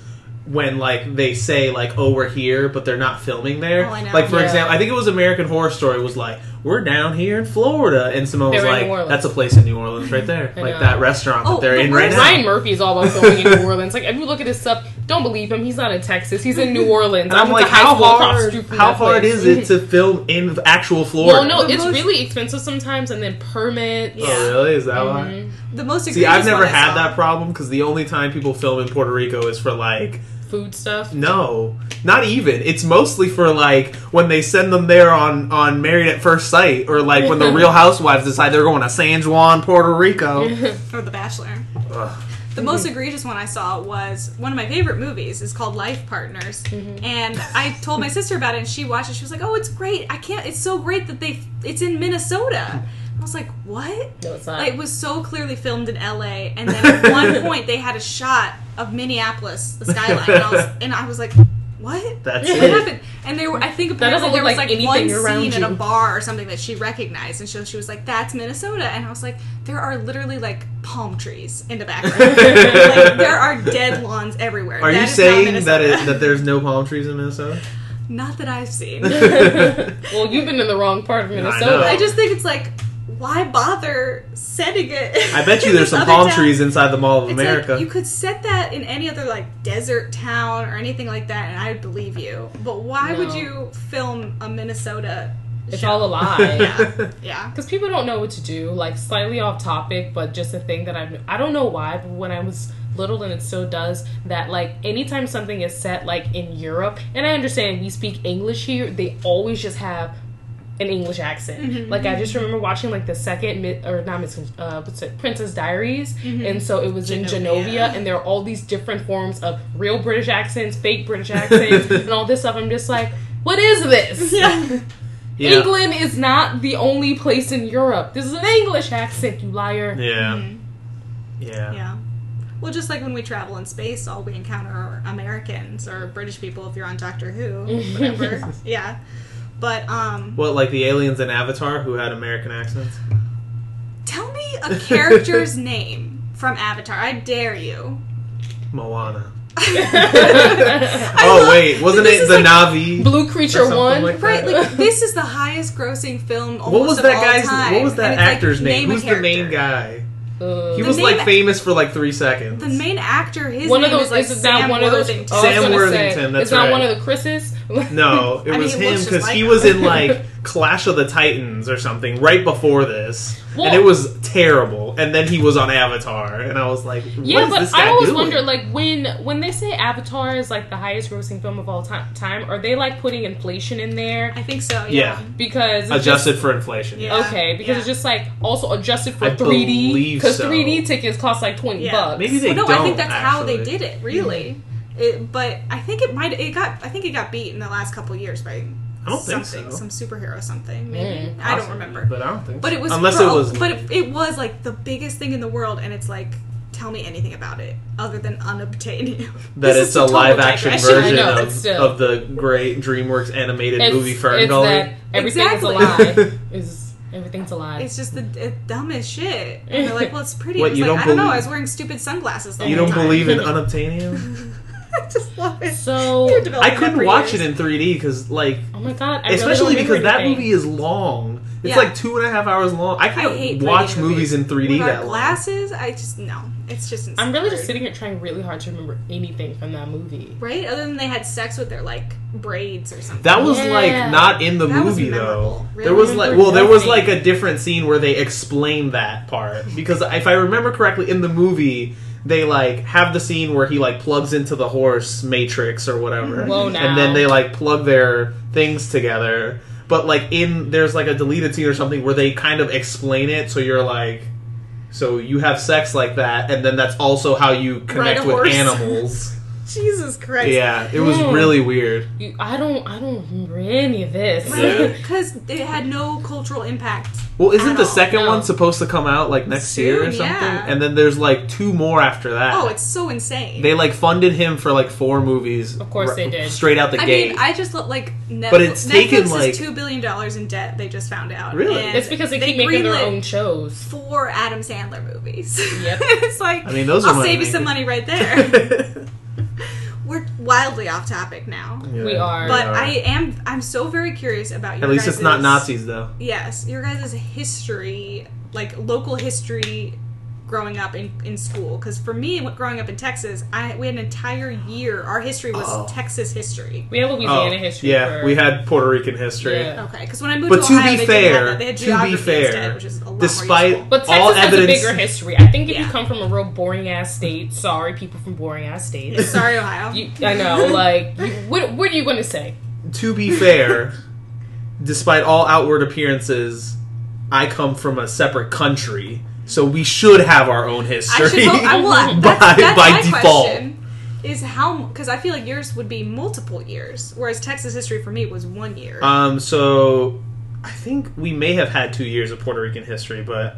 Speaker 5: When like they say like oh we're here but they're not filming there
Speaker 1: Oh, I know.
Speaker 5: like for
Speaker 4: Yeah.
Speaker 5: example I think it was American Horror Story was like we're down here in Florida and Simone was
Speaker 4: They're in New
Speaker 5: like
Speaker 4: Orleans.
Speaker 5: that's a place in New Orleans right there
Speaker 4: I
Speaker 5: like
Speaker 4: know.
Speaker 5: that restaurant that
Speaker 1: Oh,
Speaker 5: they're
Speaker 1: the
Speaker 5: in right
Speaker 1: worst-
Speaker 5: now
Speaker 4: Ryan Murphy is all about filming in New Orleans. Like, if you look at his stuff, don't believe him. He's not in Texas. He's in New Orleans.
Speaker 5: and I'm
Speaker 4: I
Speaker 5: like
Speaker 4: went to high
Speaker 5: how
Speaker 4: school across the
Speaker 5: hard
Speaker 4: street from
Speaker 5: how
Speaker 4: that
Speaker 5: hard
Speaker 4: place.
Speaker 5: is it to film in actual Florida
Speaker 4: Well, no,
Speaker 1: The
Speaker 4: it's
Speaker 1: most-
Speaker 4: really expensive sometimes, and then permits.
Speaker 1: Yeah.
Speaker 5: oh really is that why
Speaker 4: Mhm.
Speaker 1: The most
Speaker 5: see I've
Speaker 1: egregious
Speaker 5: never
Speaker 1: one I
Speaker 5: had
Speaker 1: saw.
Speaker 5: that problem because the only time people film in Puerto Rico is for like
Speaker 4: Food stuff.
Speaker 5: Mm. No, not even. It's mostly for like when they send them there on on Married at First Sight, or like when the Real Housewives decide they're going to San Juan, Puerto Rico.
Speaker 1: or The Bachelor.
Speaker 5: Ugh.
Speaker 1: The most
Speaker 5: Mm-hmm.
Speaker 1: egregious one I saw was one of my favorite movies is called Life Partners,
Speaker 5: Mm-hmm.
Speaker 1: and I told my sister about it, and she watched it. She was like, "Oh, it's great! I can't. It's so great that they. It's in Minnesota." I was like, "What?"
Speaker 4: No, it's not.
Speaker 1: Like, it was so clearly filmed in LA, and then at one point they had a shot of Minneapolis, the skyline, and I was, and I was like, what?
Speaker 5: That's
Speaker 1: What
Speaker 5: it.
Speaker 1: happened? And there, were, I think apparently
Speaker 4: doesn't
Speaker 1: there
Speaker 4: look
Speaker 1: was
Speaker 4: like
Speaker 1: like, one
Speaker 4: anything around
Speaker 1: scene at a
Speaker 4: you.
Speaker 1: bar or something that she recognized, and she, she was like, "That's Minnesota," and I was like, "There are literally like palm trees in the background. like, there are dead lawns everywhere."
Speaker 5: Are
Speaker 1: That
Speaker 5: you
Speaker 1: is not
Speaker 5: saying that
Speaker 1: Minnesota.
Speaker 5: it, that there's no palm trees in Minnesota?
Speaker 1: not that I've seen?
Speaker 4: Well, you've been in the wrong part of
Speaker 5: I
Speaker 4: Minnesota.
Speaker 5: know.
Speaker 1: I just think it's like, why bother setting it?
Speaker 5: I bet you
Speaker 1: in
Speaker 5: there's
Speaker 1: this
Speaker 5: some
Speaker 1: other
Speaker 5: palm
Speaker 1: town?
Speaker 5: trees inside the Mall of
Speaker 1: It's
Speaker 5: America.
Speaker 1: Like, you could set that in any other like desert town or anything like that, and I'd believe you. But why would
Speaker 4: No.
Speaker 1: you film a Minnesota?
Speaker 4: It's
Speaker 1: show?
Speaker 4: all a lie.
Speaker 1: Yeah, yeah.
Speaker 4: Because people don't know what to do. Like slightly off topic, but just a thing that I've I don't know why, but when I was little and it still does that like anytime something is set like in Europe and I understand we speak English here they always just have an English accent like I just remember watching like the second Mi- or not Miss uh, what's it Princess Diaries and so it was in Genovia
Speaker 1: Genovia.
Speaker 4: and there are all these different forms of real British accents fake British accents and all this stuff I'm just like what is this
Speaker 1: Yeah.
Speaker 5: yeah.
Speaker 4: England is not the only place in Europe. This is an English accent, you liar.
Speaker 5: Yeah.
Speaker 1: Mhm.
Speaker 5: yeah.
Speaker 1: Yeah. Well, just like when we travel in space, all we encounter are Americans or British people if you're on Doctor Who, whatever. yeah. But um
Speaker 5: What, like the aliens in Avatar who had American accents?
Speaker 1: tell me a character's name from Avatar. I dare you.
Speaker 5: Moana.
Speaker 1: I
Speaker 5: oh,
Speaker 1: love-
Speaker 5: wait. Wasn't
Speaker 1: this
Speaker 5: it
Speaker 1: is
Speaker 5: the
Speaker 1: like-
Speaker 5: Navi?
Speaker 4: Blue
Speaker 5: or
Speaker 4: Creature
Speaker 5: something
Speaker 4: One.
Speaker 5: like
Speaker 1: Right,
Speaker 5: that?
Speaker 1: like this is the highest grossing film almost
Speaker 5: what was
Speaker 1: of
Speaker 5: that
Speaker 1: all
Speaker 5: guy's?
Speaker 1: time.
Speaker 5: What was that
Speaker 1: And it's like,
Speaker 5: actor's name?
Speaker 1: a
Speaker 5: Who's the main
Speaker 1: character.
Speaker 5: guy?
Speaker 4: Uh,
Speaker 5: He was
Speaker 1: main
Speaker 5: like
Speaker 1: a-
Speaker 5: famous for like three seconds.
Speaker 1: The main actor, his
Speaker 4: one
Speaker 1: name
Speaker 4: of those
Speaker 1: is like
Speaker 4: is
Speaker 1: Sam
Speaker 4: not one
Speaker 1: Worthington.
Speaker 4: of those. oh, I was
Speaker 5: Sam
Speaker 4: gonna
Speaker 5: Worthington,
Speaker 4: Say,
Speaker 5: that's
Speaker 4: it's not
Speaker 5: right.
Speaker 4: one of the Chris's.
Speaker 5: no,
Speaker 1: I
Speaker 5: it
Speaker 1: mean,
Speaker 5: was
Speaker 1: he
Speaker 5: him
Speaker 1: looks just
Speaker 5: because
Speaker 1: like
Speaker 5: he
Speaker 1: him.
Speaker 5: was in like Clash of the Titans or something right before this,
Speaker 4: Well-
Speaker 5: and it was terrible. And then he was on Avatar, and I was like, what is
Speaker 4: yeah,
Speaker 5: this
Speaker 4: but
Speaker 5: guy
Speaker 4: I always
Speaker 5: doing?
Speaker 4: wonder, like when when they say Avatar is like the highest grossing film of all time, time are they like putting inflation in there?
Speaker 1: I think so.
Speaker 5: Yeah.
Speaker 1: Yeah.
Speaker 4: Because it's
Speaker 5: adjusted for inflation.
Speaker 1: Yeah.
Speaker 4: Okay, because
Speaker 1: Yeah.
Speaker 4: it's just like also adjusted for
Speaker 5: I
Speaker 4: 3D
Speaker 5: believe
Speaker 4: because
Speaker 5: so.
Speaker 4: 3D tickets cost like 20
Speaker 1: Yeah.
Speaker 4: bucks.
Speaker 5: Maybe they
Speaker 1: Well, no,
Speaker 5: don't.
Speaker 1: I think that's how they
Speaker 5: actually.
Speaker 1: did it, really. It, but I think it might. It got. I think it got beat in the last couple years by
Speaker 5: I don't think
Speaker 1: something,
Speaker 5: so.
Speaker 1: some superhero, something. Maybe
Speaker 4: Mm,
Speaker 1: I don't
Speaker 5: Possibly,
Speaker 1: remember.
Speaker 5: but I don't think.
Speaker 1: But
Speaker 5: so.
Speaker 1: it was
Speaker 5: unless
Speaker 1: for
Speaker 5: it
Speaker 1: all-
Speaker 5: was.
Speaker 1: But it, it was like the biggest thing in the world, and it's like, tell me anything about it other than unobtainium.
Speaker 5: that
Speaker 1: This
Speaker 5: it's
Speaker 1: is
Speaker 5: a
Speaker 1: total
Speaker 5: live action
Speaker 1: digression.
Speaker 5: version
Speaker 4: I know, but
Speaker 5: of,
Speaker 4: still.
Speaker 5: of the great DreamWorks animated
Speaker 4: it's,
Speaker 5: movie
Speaker 4: it's
Speaker 5: Ferngully.
Speaker 4: that everything's
Speaker 1: Exactly.
Speaker 4: a lie. Is everything's a lie?
Speaker 1: It's just the d- dumbest shit. And they're like, well, it's pretty. I
Speaker 5: What,
Speaker 1: was
Speaker 5: you
Speaker 1: like,
Speaker 5: don't
Speaker 1: I don't know.
Speaker 5: believe-
Speaker 1: I was wearing stupid sunglasses. The
Speaker 5: You
Speaker 1: whole
Speaker 5: don't
Speaker 1: time.
Speaker 5: believe in unobtainium?
Speaker 1: I just love it.
Speaker 4: So-
Speaker 1: You're developing
Speaker 5: I
Speaker 1: that
Speaker 5: couldn't
Speaker 1: for
Speaker 5: watch
Speaker 1: years.
Speaker 5: it in 3D because, like,
Speaker 4: oh my god! I really
Speaker 5: especially
Speaker 4: don't
Speaker 5: because
Speaker 4: remember
Speaker 5: that
Speaker 4: anything.
Speaker 5: movie is long.
Speaker 1: Yeah.
Speaker 5: It's like two and a half hours long. I can't
Speaker 1: I hate 3D
Speaker 5: watch movies in 3D
Speaker 1: With our
Speaker 5: that long.
Speaker 1: glasses, I just no. It's just.
Speaker 4: I'm really just
Speaker 1: absurd.
Speaker 4: sitting here trying really hard to remember anything from that movie.
Speaker 1: Right? Other than they had sex with their like braids or something.
Speaker 5: That was
Speaker 4: Yeah.
Speaker 5: like not in the
Speaker 1: That was
Speaker 5: movie though.
Speaker 1: memorable. Really?
Speaker 5: There was like
Speaker 4: Remember
Speaker 5: well, there was
Speaker 4: nothing.
Speaker 5: like a different scene where they explain that part because if I remember correctly, in the movie they like have the scene where he like plugs into the horse matrix or whatever,
Speaker 1: Mm-hmm.
Speaker 4: Whoa, now.
Speaker 5: and then they like plug their things together. But like in there's like a deleted scene or something where they kind of explain it, so you're like. So you have sex like that, and then that's also how you connect
Speaker 1: a
Speaker 5: with
Speaker 1: horse.
Speaker 5: animals.
Speaker 1: Jesus Christ.
Speaker 5: yeah, it was
Speaker 4: Hmm.
Speaker 5: really weird.
Speaker 4: You, I don't. I don't remember any of this.
Speaker 5: Yeah.
Speaker 1: Because it had no cultural impact.
Speaker 5: Well, isn't
Speaker 1: at
Speaker 5: the
Speaker 1: all.
Speaker 5: second
Speaker 4: No.
Speaker 5: one supposed to come out like next
Speaker 1: Soon,
Speaker 5: year or something?
Speaker 1: yeah.
Speaker 5: And then there's like two more after that.
Speaker 1: Oh, it's so insane.
Speaker 5: they like funded him for like four movies.
Speaker 4: Of course
Speaker 5: r-
Speaker 4: they did.
Speaker 5: Straight out the
Speaker 1: I
Speaker 5: gate.
Speaker 1: mean, I just look like Netflix.
Speaker 5: But it's
Speaker 1: Netflix
Speaker 5: taken,
Speaker 1: is
Speaker 5: like-
Speaker 1: two billion dollars in debt. They just found out.
Speaker 5: Really?
Speaker 1: And
Speaker 4: It's because they, keep making their
Speaker 1: greenlit
Speaker 4: own shows.
Speaker 1: Four Adam Sandler movies.
Speaker 4: Yep.
Speaker 1: it's like
Speaker 5: I mean, those are
Speaker 1: I'll
Speaker 5: money
Speaker 1: save you some money
Speaker 5: makers.
Speaker 1: right there. We're wildly off topic now,
Speaker 5: Yeah.
Speaker 4: We are.
Speaker 1: but
Speaker 5: are.
Speaker 1: I am I'm so very curious about your.
Speaker 5: At least it's not
Speaker 1: guys'
Speaker 5: Nazis though.
Speaker 1: Yes, your guys' history, like local history, growing up in in school. Because for me, when- growing up in Texas, I we had an entire year. Our history was
Speaker 5: Oh.
Speaker 1: Texas history.
Speaker 4: we have Louisiana
Speaker 5: Oh,
Speaker 4: history.
Speaker 5: yeah,
Speaker 4: for-
Speaker 5: we had Puerto Rican history.
Speaker 4: Yeah.
Speaker 1: Okay, because when I moved
Speaker 5: But
Speaker 1: to
Speaker 5: to
Speaker 1: Ohio,
Speaker 5: be
Speaker 1: they didn't have
Speaker 5: fair,
Speaker 1: that. They had
Speaker 5: to
Speaker 1: geography
Speaker 5: be fair,
Speaker 1: instead, which is a lot more useful.
Speaker 5: despite
Speaker 4: But Texas
Speaker 5: all
Speaker 4: has
Speaker 5: evidence,
Speaker 4: a bigger history. I think if you
Speaker 1: Yeah.
Speaker 4: come from a real boring ass state, sorry, people from boring ass
Speaker 1: Yeah,
Speaker 4: states.
Speaker 1: Sorry, Ohio.
Speaker 4: You, I know, like, you, what, what are you going to say?
Speaker 5: to be fair, despite all outward appearances, I come from a separate country, so we should have our own history.
Speaker 1: I should hope. I will. That's,
Speaker 5: By-
Speaker 1: that's
Speaker 5: by
Speaker 1: my
Speaker 5: default.
Speaker 1: question. Is how because I feel like yours would be multiple years, whereas Texas history for me was one year.
Speaker 5: Um, so I think we may have had two years of Puerto Rican history, but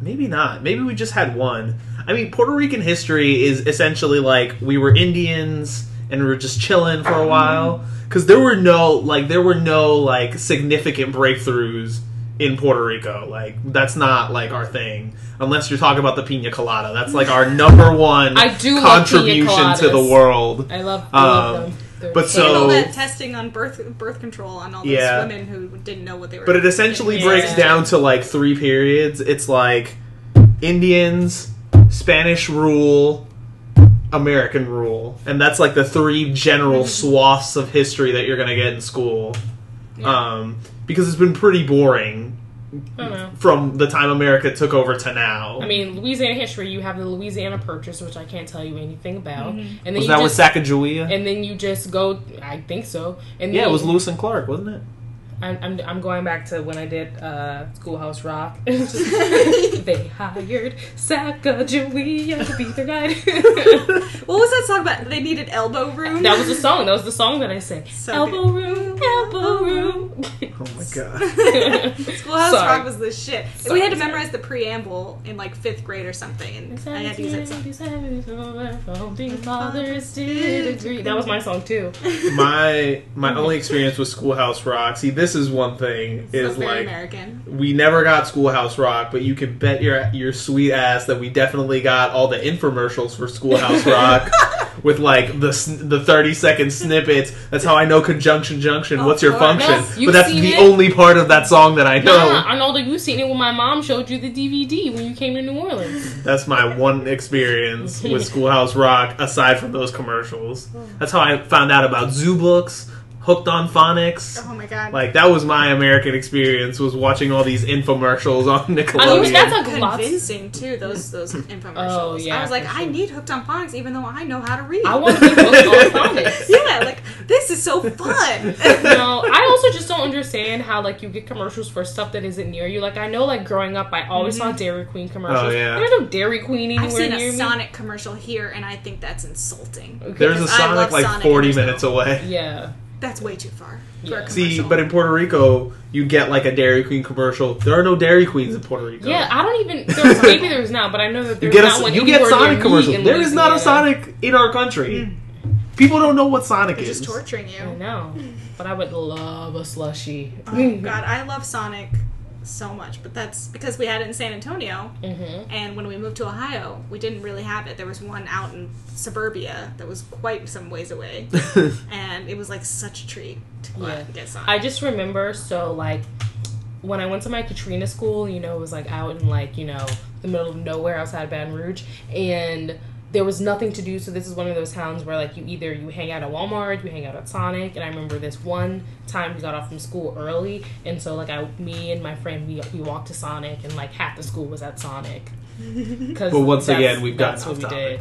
Speaker 5: maybe not. Maybe we just had one. I mean, Puerto Rican history is essentially like we were Indians. and we were just chilling for
Speaker 4: Mm-hmm.
Speaker 5: a while because there were no like there were no like significant breakthroughs in Puerto Rico. Like that's not like our thing unless you're talking about the pina colada. That's like our number one
Speaker 4: I do love pina
Speaker 5: contribution to the
Speaker 4: coladas.
Speaker 5: world.
Speaker 4: I love, I love
Speaker 5: Um,
Speaker 4: them. They're
Speaker 5: but
Speaker 4: so-
Speaker 1: all
Speaker 5: so-
Speaker 1: that testing on birth birth control on all these
Speaker 5: Yeah.
Speaker 1: women who didn't know what they were.
Speaker 5: But it essentially
Speaker 4: Yeah.
Speaker 5: breaks down to like three periods. It's like Indians, Spanish rule, American rule, and that's like the three general
Speaker 4: Mm-hmm.
Speaker 5: swaths of history that you're gonna get in school. Um, because it's been pretty boring
Speaker 4: I don't know.
Speaker 5: from the time America took over to now.
Speaker 4: I mean, Louisiana history. You have the Louisiana Purchase, which I can't tell you anything about, and then
Speaker 5: was
Speaker 4: you
Speaker 5: that
Speaker 4: just,
Speaker 5: with Sacagawea?
Speaker 4: and then you just go. I think so. And then
Speaker 5: yeah, it
Speaker 4: you-
Speaker 5: was Lewis and Clark, wasn't it?
Speaker 4: I'm, I'm, I'm going back to when I did uh, Schoolhouse Rock. they hired Sacagawea to be the guide.
Speaker 1: what was that song about? They needed elbow room.
Speaker 4: that was the song. That was the song that I sang.
Speaker 1: So
Speaker 4: elbow room, elbow room.
Speaker 5: Oh my god.
Speaker 1: Schoolhouse
Speaker 4: Sorry.
Speaker 1: Rock was the shit.
Speaker 4: Sorry,
Speaker 1: we had to
Speaker 4: sorry.
Speaker 1: memorize the preamble in like fifth grade or something, and I had to use that song.
Speaker 4: That was my song too.
Speaker 5: my my only experience with Schoolhouse Rock. See, this is one thing is
Speaker 1: so very
Speaker 5: like
Speaker 1: American.
Speaker 5: we never got Schoolhouse Rock, but you can bet your your sweet ass that we definitely got all the infomercials for Schoolhouse Rock with like the sn- the thirty second snippets. That's how I know conjunction junction.
Speaker 1: Oh,
Speaker 5: what's your
Speaker 1: Lord.
Speaker 5: function?
Speaker 4: Yes, you've
Speaker 5: but that's
Speaker 4: seen
Speaker 5: the
Speaker 4: it?
Speaker 5: only part of that song that I know.
Speaker 4: Nah, Arnoldo, you seen it when my mom showed you the DVD when you came to New Orleans.
Speaker 5: That's my one experience with Schoolhouse Rock, aside from those commercials. That's how I found out about Zoo Books, Hooked on Phonics.
Speaker 1: Oh my god.
Speaker 5: Like that was my American experience was watching all these infomercials on Nickelodeon.
Speaker 4: I mean, that's like lots.
Speaker 1: convincing too. Those those infomercials.
Speaker 4: Oh, yeah,
Speaker 1: I was like,
Speaker 4: for
Speaker 1: I
Speaker 4: sure.
Speaker 1: need hooked on phonics, even though I know how to read.
Speaker 4: I want to be booked on phonics.
Speaker 1: yeah, like this is so fun.
Speaker 4: no, I also just don't understand how like you get commercials for stuff that isn't near you. Like I know, like growing up, I always saw Dairy Queen commercials.
Speaker 5: Oh, yeah.
Speaker 4: There's no Dairy Queen anywhere
Speaker 1: I've seen
Speaker 4: near
Speaker 1: a
Speaker 4: me.
Speaker 1: Sonic commercial here, and I think that's insulting.
Speaker 4: Okay.
Speaker 5: There's a
Speaker 1: I
Speaker 5: Sonic
Speaker 1: love
Speaker 5: like
Speaker 1: Sonic
Speaker 5: 40
Speaker 1: and there's
Speaker 5: minutes
Speaker 1: no-
Speaker 5: away.
Speaker 4: yeah.
Speaker 1: That's way too far for a
Speaker 4: Yeah.
Speaker 5: See,
Speaker 1: commercial.
Speaker 5: but in Puerto Rico, you get like a Dairy Queen commercial. There are no Dairy Queens in Puerto Rico.
Speaker 4: Yeah, I don't even. There's, maybe there's not, but I know that
Speaker 5: you
Speaker 4: there's
Speaker 5: get
Speaker 4: not
Speaker 5: a
Speaker 4: one.
Speaker 5: you get
Speaker 4: anywhere near
Speaker 5: Sonic
Speaker 4: me
Speaker 5: commercial.
Speaker 4: in
Speaker 5: There is not a
Speaker 4: Louisiana.
Speaker 5: Sonic in our country.
Speaker 4: Hmm.
Speaker 5: People don't know what Sonic
Speaker 1: They're
Speaker 5: is.
Speaker 1: just torturing you.
Speaker 4: I know, but I would love a slushie.
Speaker 1: Oh God, I love Sonic so much, but that's because we had it in San Antonio,
Speaker 4: Mm-hmm.
Speaker 1: and when we moved to Ohio, we didn't really have it. There was one out in suburbia that was quite some ways away, and it was like such a treat to go out
Speaker 4: Yeah.
Speaker 1: and get Sonic.
Speaker 4: I just remember so like when I went to my Katrina school, you know, it was like out in like, you know, the middle of nowhere outside Baton Rouge and there was nothing to do, so this is one of those towns where like you either you hang out at Walmart, you hang out at Sonic, and I remember this one time we got off from school early, and so like I, me and my friend, we we walked to Sonic, and like half the school was at Sonic. 'Cause
Speaker 5: But once
Speaker 4: that's-
Speaker 5: again, we've gotten
Speaker 4: that's
Speaker 5: off topic.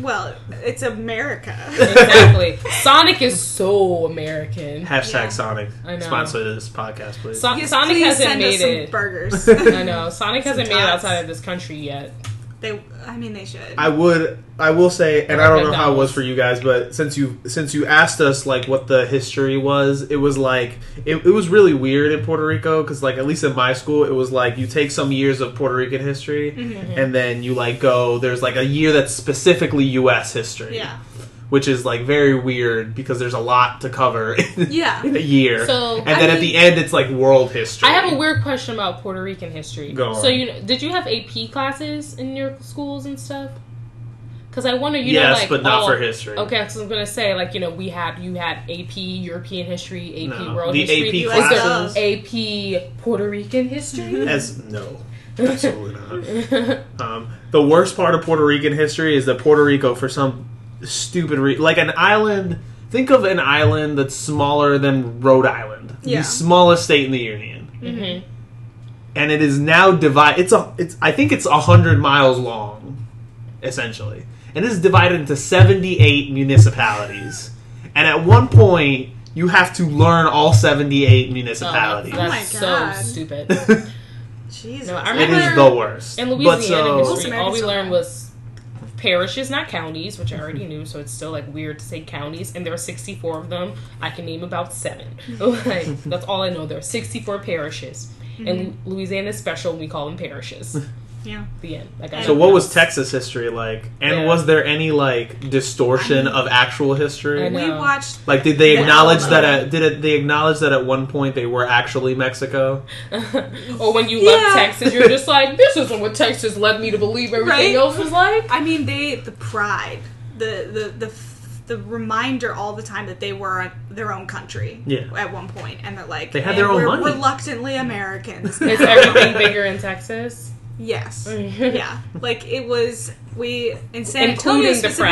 Speaker 1: well, it's America.
Speaker 4: Exactly, Sonic is so American.
Speaker 5: Hashtag
Speaker 1: Yeah.
Speaker 5: Sonic.
Speaker 4: I know.
Speaker 5: Sponsor this podcast, please.
Speaker 4: So-
Speaker 1: Yes,
Speaker 4: Sonic
Speaker 1: please
Speaker 4: hasn't
Speaker 1: send
Speaker 4: made
Speaker 1: us some
Speaker 4: it.
Speaker 1: burgers.
Speaker 4: I know Sonic hasn't made it
Speaker 1: Sometimes.
Speaker 4: outside of this country yet.
Speaker 1: they, I mean, they should.
Speaker 5: I would I will say and I
Speaker 4: Like
Speaker 5: don't know how it was
Speaker 4: McDonald's.
Speaker 5: for you guys but since you since you asked us like what the history was it was like it, it was really weird in Puerto Rico cuz like at least in my school it was like you take some years of Puerto Rican history
Speaker 4: Mm-hmm.
Speaker 5: and then you like go there's like a year that's specifically US history
Speaker 1: yeah,
Speaker 5: which is like very weird because there's a lot to cover in
Speaker 1: yeah.
Speaker 5: a year
Speaker 4: So,
Speaker 5: and
Speaker 4: I
Speaker 5: then at
Speaker 4: mean-
Speaker 5: the end it's like world history
Speaker 4: I have a weird question about Puerto Rican history.
Speaker 5: Go on.
Speaker 4: So you did you have AP classes in your schools and stuff? Because I wonder, you know,
Speaker 5: Yes,
Speaker 4: like,
Speaker 5: but not
Speaker 4: oh,
Speaker 5: for history.
Speaker 4: Okay, so I'm gonna say, like, you know, we had you had AP European history, AP
Speaker 5: No,
Speaker 4: World
Speaker 5: the
Speaker 4: history,
Speaker 5: AP
Speaker 4: Was there
Speaker 1: classes-
Speaker 4: AP Puerto Rican history. Mm-hmm.
Speaker 5: As no, absolutely not. Um, the worst part of Puerto Rican history is that Puerto Rico, for some stupid reason, like an island. Think of an island that's smaller than Rhode Island,
Speaker 1: Yeah.
Speaker 5: the smallest state in the union,
Speaker 4: Mhm.
Speaker 5: and it is now divided. It's a, it's I think it's hundred miles long, essentially, and it is divided into seventy-eight municipalities. And at one point, you have to learn all seventy-eight
Speaker 4: Oh,
Speaker 5: municipalities.
Speaker 4: that's
Speaker 1: Oh my God.
Speaker 4: so stupid.
Speaker 1: Jesus.
Speaker 4: No, I
Speaker 5: It
Speaker 4: remember
Speaker 5: is the worst.
Speaker 4: In
Speaker 5: But uh,
Speaker 4: Louisiana
Speaker 5: so,
Speaker 1: Most
Speaker 4: history, all
Speaker 1: Americans
Speaker 4: we
Speaker 1: don't
Speaker 4: learned
Speaker 1: know.
Speaker 4: was parishes, not counties, which I already
Speaker 5: Mm-hmm.
Speaker 4: knew, so it's still like weird to say counties. And there are 64 of them. I can name about seven.
Speaker 1: Mm-hmm.
Speaker 4: like,
Speaker 1: Mm-hmm.
Speaker 4: that's all I know. There are 64 parishes. And Louisiana is special, we call them parishes.
Speaker 1: Yeah.
Speaker 4: The end. Like,
Speaker 1: So
Speaker 5: So
Speaker 4: don't
Speaker 5: what
Speaker 4: know.
Speaker 5: was Texas history like? And
Speaker 4: Yeah.
Speaker 5: was there any like distortion
Speaker 1: I mean-
Speaker 5: of actual history?
Speaker 4: I
Speaker 1: We
Speaker 4: know.
Speaker 1: watched.
Speaker 5: Like did they
Speaker 4: No.
Speaker 5: acknowledge that at, did it, they acknowledge that at one point they were actually Mexico?
Speaker 4: or when you
Speaker 1: Yeah.
Speaker 4: left Texas, you're just like, this isn't what Texas led me to believe everything
Speaker 1: Right?
Speaker 4: else was like.
Speaker 1: I mean, they the pride, the the the f- the reminder all the time that they were their own country.
Speaker 5: Yeah.
Speaker 1: At one point, and they're like
Speaker 5: They had
Speaker 1: "And
Speaker 5: their own
Speaker 1: we're
Speaker 5: money."
Speaker 1: Reluctantly Americans.
Speaker 4: Is everything bigger in Texas?
Speaker 1: yes.
Speaker 4: yeah.
Speaker 1: Yeah. Like it was. We in San
Speaker 4: Including
Speaker 1: Antonio
Speaker 4: the
Speaker 1: specifically,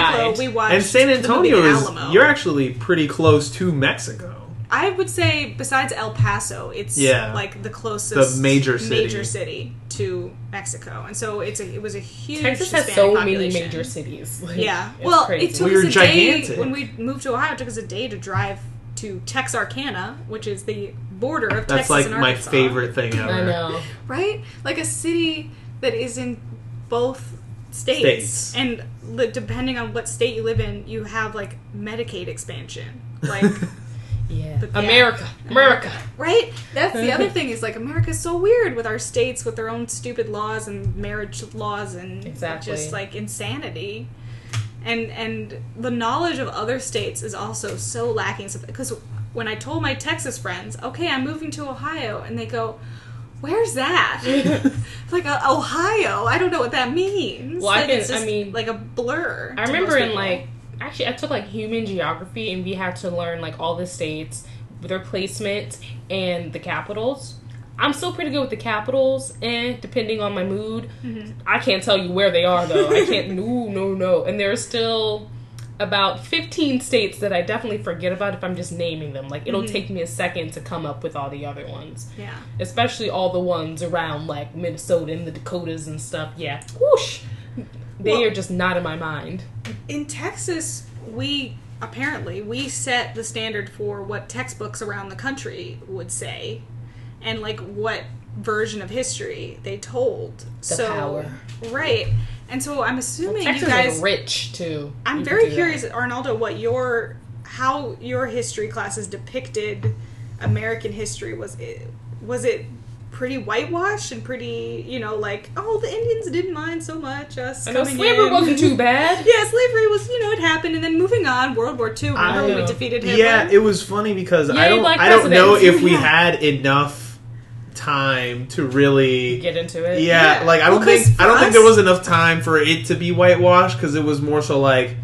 Speaker 1: we
Speaker 4: pride.
Speaker 1: watched.
Speaker 5: And San
Speaker 1: the movie
Speaker 5: Antonio is
Speaker 1: Alamo.
Speaker 5: you're actually pretty close to Mexico.
Speaker 1: I would say besides El Paso, it's
Speaker 5: Yeah.
Speaker 1: like the closest
Speaker 5: The major city.
Speaker 1: major city to Mexico, and so it's a, it was a huge.
Speaker 4: Texas has
Speaker 1: Hispanic
Speaker 4: so many
Speaker 1: population.
Speaker 4: major cities. Like,
Speaker 1: Yeah.
Speaker 4: it's
Speaker 1: well,
Speaker 4: crazy.
Speaker 1: it took
Speaker 5: We were
Speaker 1: us a
Speaker 5: gigantic.
Speaker 1: day when we moved to Ohio. It took us a day to drive to Texarkana, which is the border of
Speaker 5: That's
Speaker 1: Texas
Speaker 5: like
Speaker 1: and
Speaker 5: my
Speaker 1: Arkansas.
Speaker 5: favorite thing ever.
Speaker 4: I know.
Speaker 1: Right? Like a city that is in both states,
Speaker 5: States.
Speaker 1: and li- depending on what state you live in, you have like Medicaid expansion. Like,
Speaker 4: Yeah.
Speaker 1: But yeah.
Speaker 4: America. America.
Speaker 1: right? That's the other thing is like America's so weird with our states with their own stupid laws and marriage laws and
Speaker 4: Exactly.
Speaker 1: just like insanity. And and the knowledge of other states is also so lacking because when I told my Texas friends, "Okay, I'm moving to Ohio." And they go, "Where's that?" It's like uh, Ohio. I don't know what that means.
Speaker 4: Well, I
Speaker 1: Like,
Speaker 4: can-
Speaker 1: it's
Speaker 4: I
Speaker 1: just
Speaker 4: mean,
Speaker 1: like a blur.
Speaker 4: I
Speaker 1: to
Speaker 4: remember
Speaker 1: most
Speaker 4: in
Speaker 1: people.
Speaker 4: like actually I took like human geography and we had to learn like all the states, their placement and the capitals. I'm still pretty good with the capitals and depending on my mood, I can't tell you where they are though. I can't no no no. And there are still about 15 states that I definitely forget about if I'm just naming them. Like it'll take me a second to come up with all the other ones,
Speaker 1: yeah.
Speaker 4: especially all the ones around like Minnesota and the Dakotas and stuff. Yeah. Whoosh. They
Speaker 1: Well-
Speaker 4: are just not in my mind.
Speaker 1: in Texas, we apparently we set the standard for what textbooks around the country would say, and like what version of history they told. so
Speaker 4: power.
Speaker 1: right, and so I'm assuming you
Speaker 4: Texas
Speaker 1: guys.
Speaker 4: is rich too.
Speaker 1: I'm
Speaker 4: You
Speaker 1: very
Speaker 4: can do
Speaker 1: curious, Arnaldo, what your how your history classes depicted American history was it was it pretty whitewashed and pretty you know like oh the Indians didn't mind so much us
Speaker 4: that. I know
Speaker 1: coming
Speaker 4: slavery
Speaker 1: in.
Speaker 4: wasn't too bad.
Speaker 1: Yeah, slavery was, you know, it happened, and then moving on, World War II. Remember
Speaker 4: I
Speaker 1: when we
Speaker 4: know.
Speaker 1: defeated Hitler?
Speaker 5: Yeah, it was funny because I
Speaker 4: Yay,
Speaker 5: don't
Speaker 4: black
Speaker 5: I don't know
Speaker 4: presidents.
Speaker 5: if we
Speaker 1: Yeah.
Speaker 5: had enough time to really
Speaker 4: Get into it.
Speaker 5: Yeah,
Speaker 1: Yeah.
Speaker 5: like I don't
Speaker 1: Well, 'cause
Speaker 5: think I don't
Speaker 1: for
Speaker 5: think there
Speaker 1: us-
Speaker 5: was enough time for it to be whitewashed because it was more so like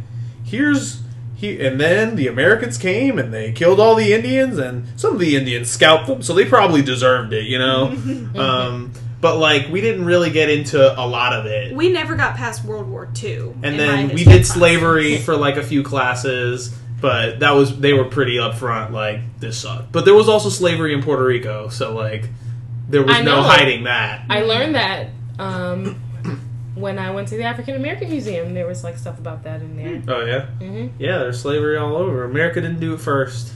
Speaker 5: here's he and then the Americans came and they killed all the Indians and some of the Indians scalped them, so they probably deserved it, you know. um, but like we didn't really get into a lot of it.
Speaker 1: We never got past World War II. in my
Speaker 5: and then we
Speaker 1: history
Speaker 5: did
Speaker 1: class.
Speaker 5: slavery for like a few classes but that was they were pretty upfront like this sucked but there was also slavery in puerto rico so like there was
Speaker 4: I know.
Speaker 5: no hiding that
Speaker 4: I learned that um, when I went to the African American Museum. There was like stuff about that in there.
Speaker 5: oh yeah
Speaker 4: Mhm.
Speaker 1: Mm-hmm.
Speaker 5: yeah there's slavery all over america didn't do it first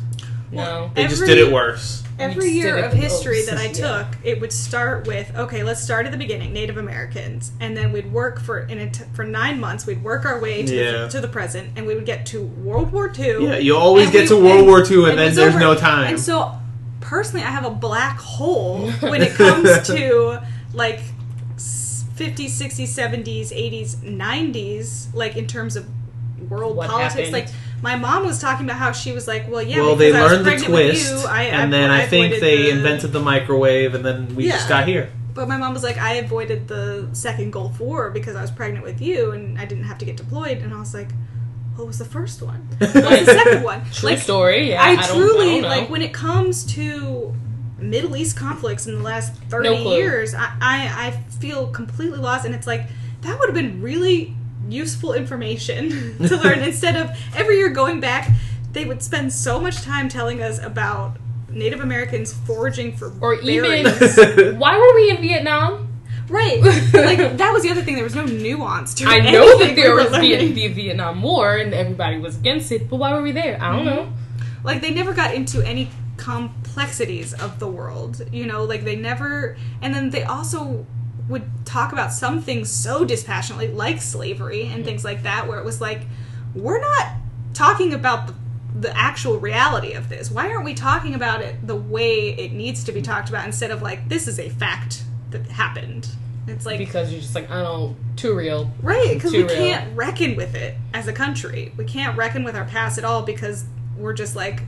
Speaker 1: Hmm.
Speaker 4: No.
Speaker 5: they just
Speaker 1: Every-
Speaker 5: did it worse
Speaker 1: Every
Speaker 4: just
Speaker 1: year
Speaker 4: did it
Speaker 1: of
Speaker 4: the
Speaker 1: history
Speaker 4: most.
Speaker 1: that I
Speaker 4: Yeah.
Speaker 1: took, it would start with okay, let's start at the beginning, Native Americans, and then we'd work for in a t- for nine months. We'd work our way to,
Speaker 5: Yeah.
Speaker 1: the, to the present, and we would get to World War II.
Speaker 5: yeah you always
Speaker 1: And
Speaker 5: get
Speaker 1: we-
Speaker 5: to world war ii and,
Speaker 1: it
Speaker 5: then
Speaker 1: was
Speaker 5: there's
Speaker 1: over.
Speaker 5: no time
Speaker 1: And so, personally, I have a black hole when it comes to like s- 50s, 60s, 70s, 80s, 90s, like in terms of world
Speaker 4: What
Speaker 1: politics.
Speaker 4: happened?
Speaker 1: Like, my mom was talking about how she was like, well, yeah,
Speaker 5: well,
Speaker 1: because
Speaker 5: they
Speaker 1: I was
Speaker 5: learned the
Speaker 1: pregnant with
Speaker 5: twist,
Speaker 1: you, I,
Speaker 5: and then I, think
Speaker 1: avoided
Speaker 5: they
Speaker 1: the-
Speaker 5: invented the microwave, and then we just
Speaker 1: Yeah.
Speaker 5: got here.
Speaker 1: But my mom was like, I avoided the second Gulf War because I was pregnant with you and I didn't have to get deployed. And I was like, what was the first one? What's the second one?
Speaker 4: True
Speaker 1: Like,
Speaker 4: story. Yeah,
Speaker 1: I,
Speaker 4: I, don't- I
Speaker 1: truly
Speaker 4: don't know.
Speaker 1: like when it comes to Middle East conflicts in the last thirty
Speaker 4: No clue.
Speaker 1: years. I, I I feel completely lost, and it's like that would have been really useful information to learn instead of every year going back. They would spend so much time telling us about Native Americans foraging for
Speaker 4: or even
Speaker 1: berries.
Speaker 4: why were we in Vietnam?
Speaker 1: right. Like that was the other thing. There was no nuance to it.
Speaker 4: I know
Speaker 1: anything
Speaker 4: that
Speaker 1: we
Speaker 4: there
Speaker 1: were
Speaker 4: was Viet-
Speaker 1: learning.
Speaker 4: the Vietnam War and everybody was against it, but why were we there?
Speaker 1: Hmm.
Speaker 4: I don't know.
Speaker 1: like they never got into any complexities of the world you know like they never and then they also would talk about some things so dispassionately like slavery and things like that where it was like we're not talking about the, the actual reality of this why aren't we talking about it the way it needs to be talked about instead of like this is a fact that happened It's like
Speaker 4: because you're just like I don't too real.
Speaker 1: Right, because
Speaker 4: Too
Speaker 1: we
Speaker 4: real.
Speaker 1: can't reckon with it as a country. We can't reckon with our past at all because we're just like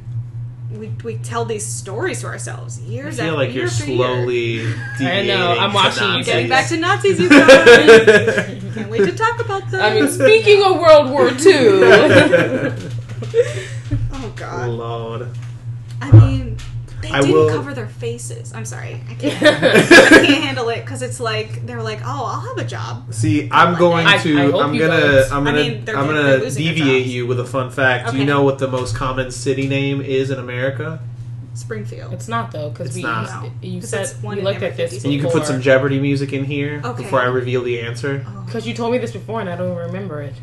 Speaker 1: we we tell these stories to ourselves
Speaker 5: I
Speaker 1: years
Speaker 5: feel
Speaker 1: after
Speaker 5: like you're
Speaker 1: year for year.
Speaker 5: slowly deviating
Speaker 4: I'm
Speaker 5: to
Speaker 4: watching you.
Speaker 5: Nazis.
Speaker 1: getting back to Nazis. You guys can't wait to talk about them.
Speaker 4: I mean, speaking of World War II,
Speaker 1: oh god.
Speaker 5: Lord.
Speaker 1: I mean, they
Speaker 5: I
Speaker 1: didn't
Speaker 5: will-
Speaker 1: cover their faces. I'm sorry, I can't. I can't handle it because it's like they're like, oh, I'll have a job.
Speaker 5: See, I'm
Speaker 1: Oh I-
Speaker 5: going
Speaker 4: I
Speaker 5: to.
Speaker 4: hope
Speaker 5: I'm
Speaker 4: you
Speaker 5: gonna.
Speaker 4: don't.
Speaker 5: I'm
Speaker 1: I
Speaker 5: gonna. I
Speaker 1: mean, they're-
Speaker 5: am
Speaker 1: they're
Speaker 5: gonna
Speaker 1: losing their
Speaker 5: deviate
Speaker 1: jobs.
Speaker 5: you with a fun fact. Do you
Speaker 1: Okay.
Speaker 5: know what the most common city name is in America?
Speaker 1: Springfield.
Speaker 4: it's not though
Speaker 5: It's
Speaker 4: because we
Speaker 5: not.
Speaker 4: used- you
Speaker 1: 'Cause
Speaker 4: said
Speaker 1: it's one
Speaker 4: we
Speaker 1: in
Speaker 4: looked
Speaker 1: every
Speaker 4: at this
Speaker 1: 50.
Speaker 5: And you can put some Jeopardy music in here
Speaker 1: Okay.
Speaker 5: before I reveal the answer.
Speaker 4: because you told me this before and I don't remember it.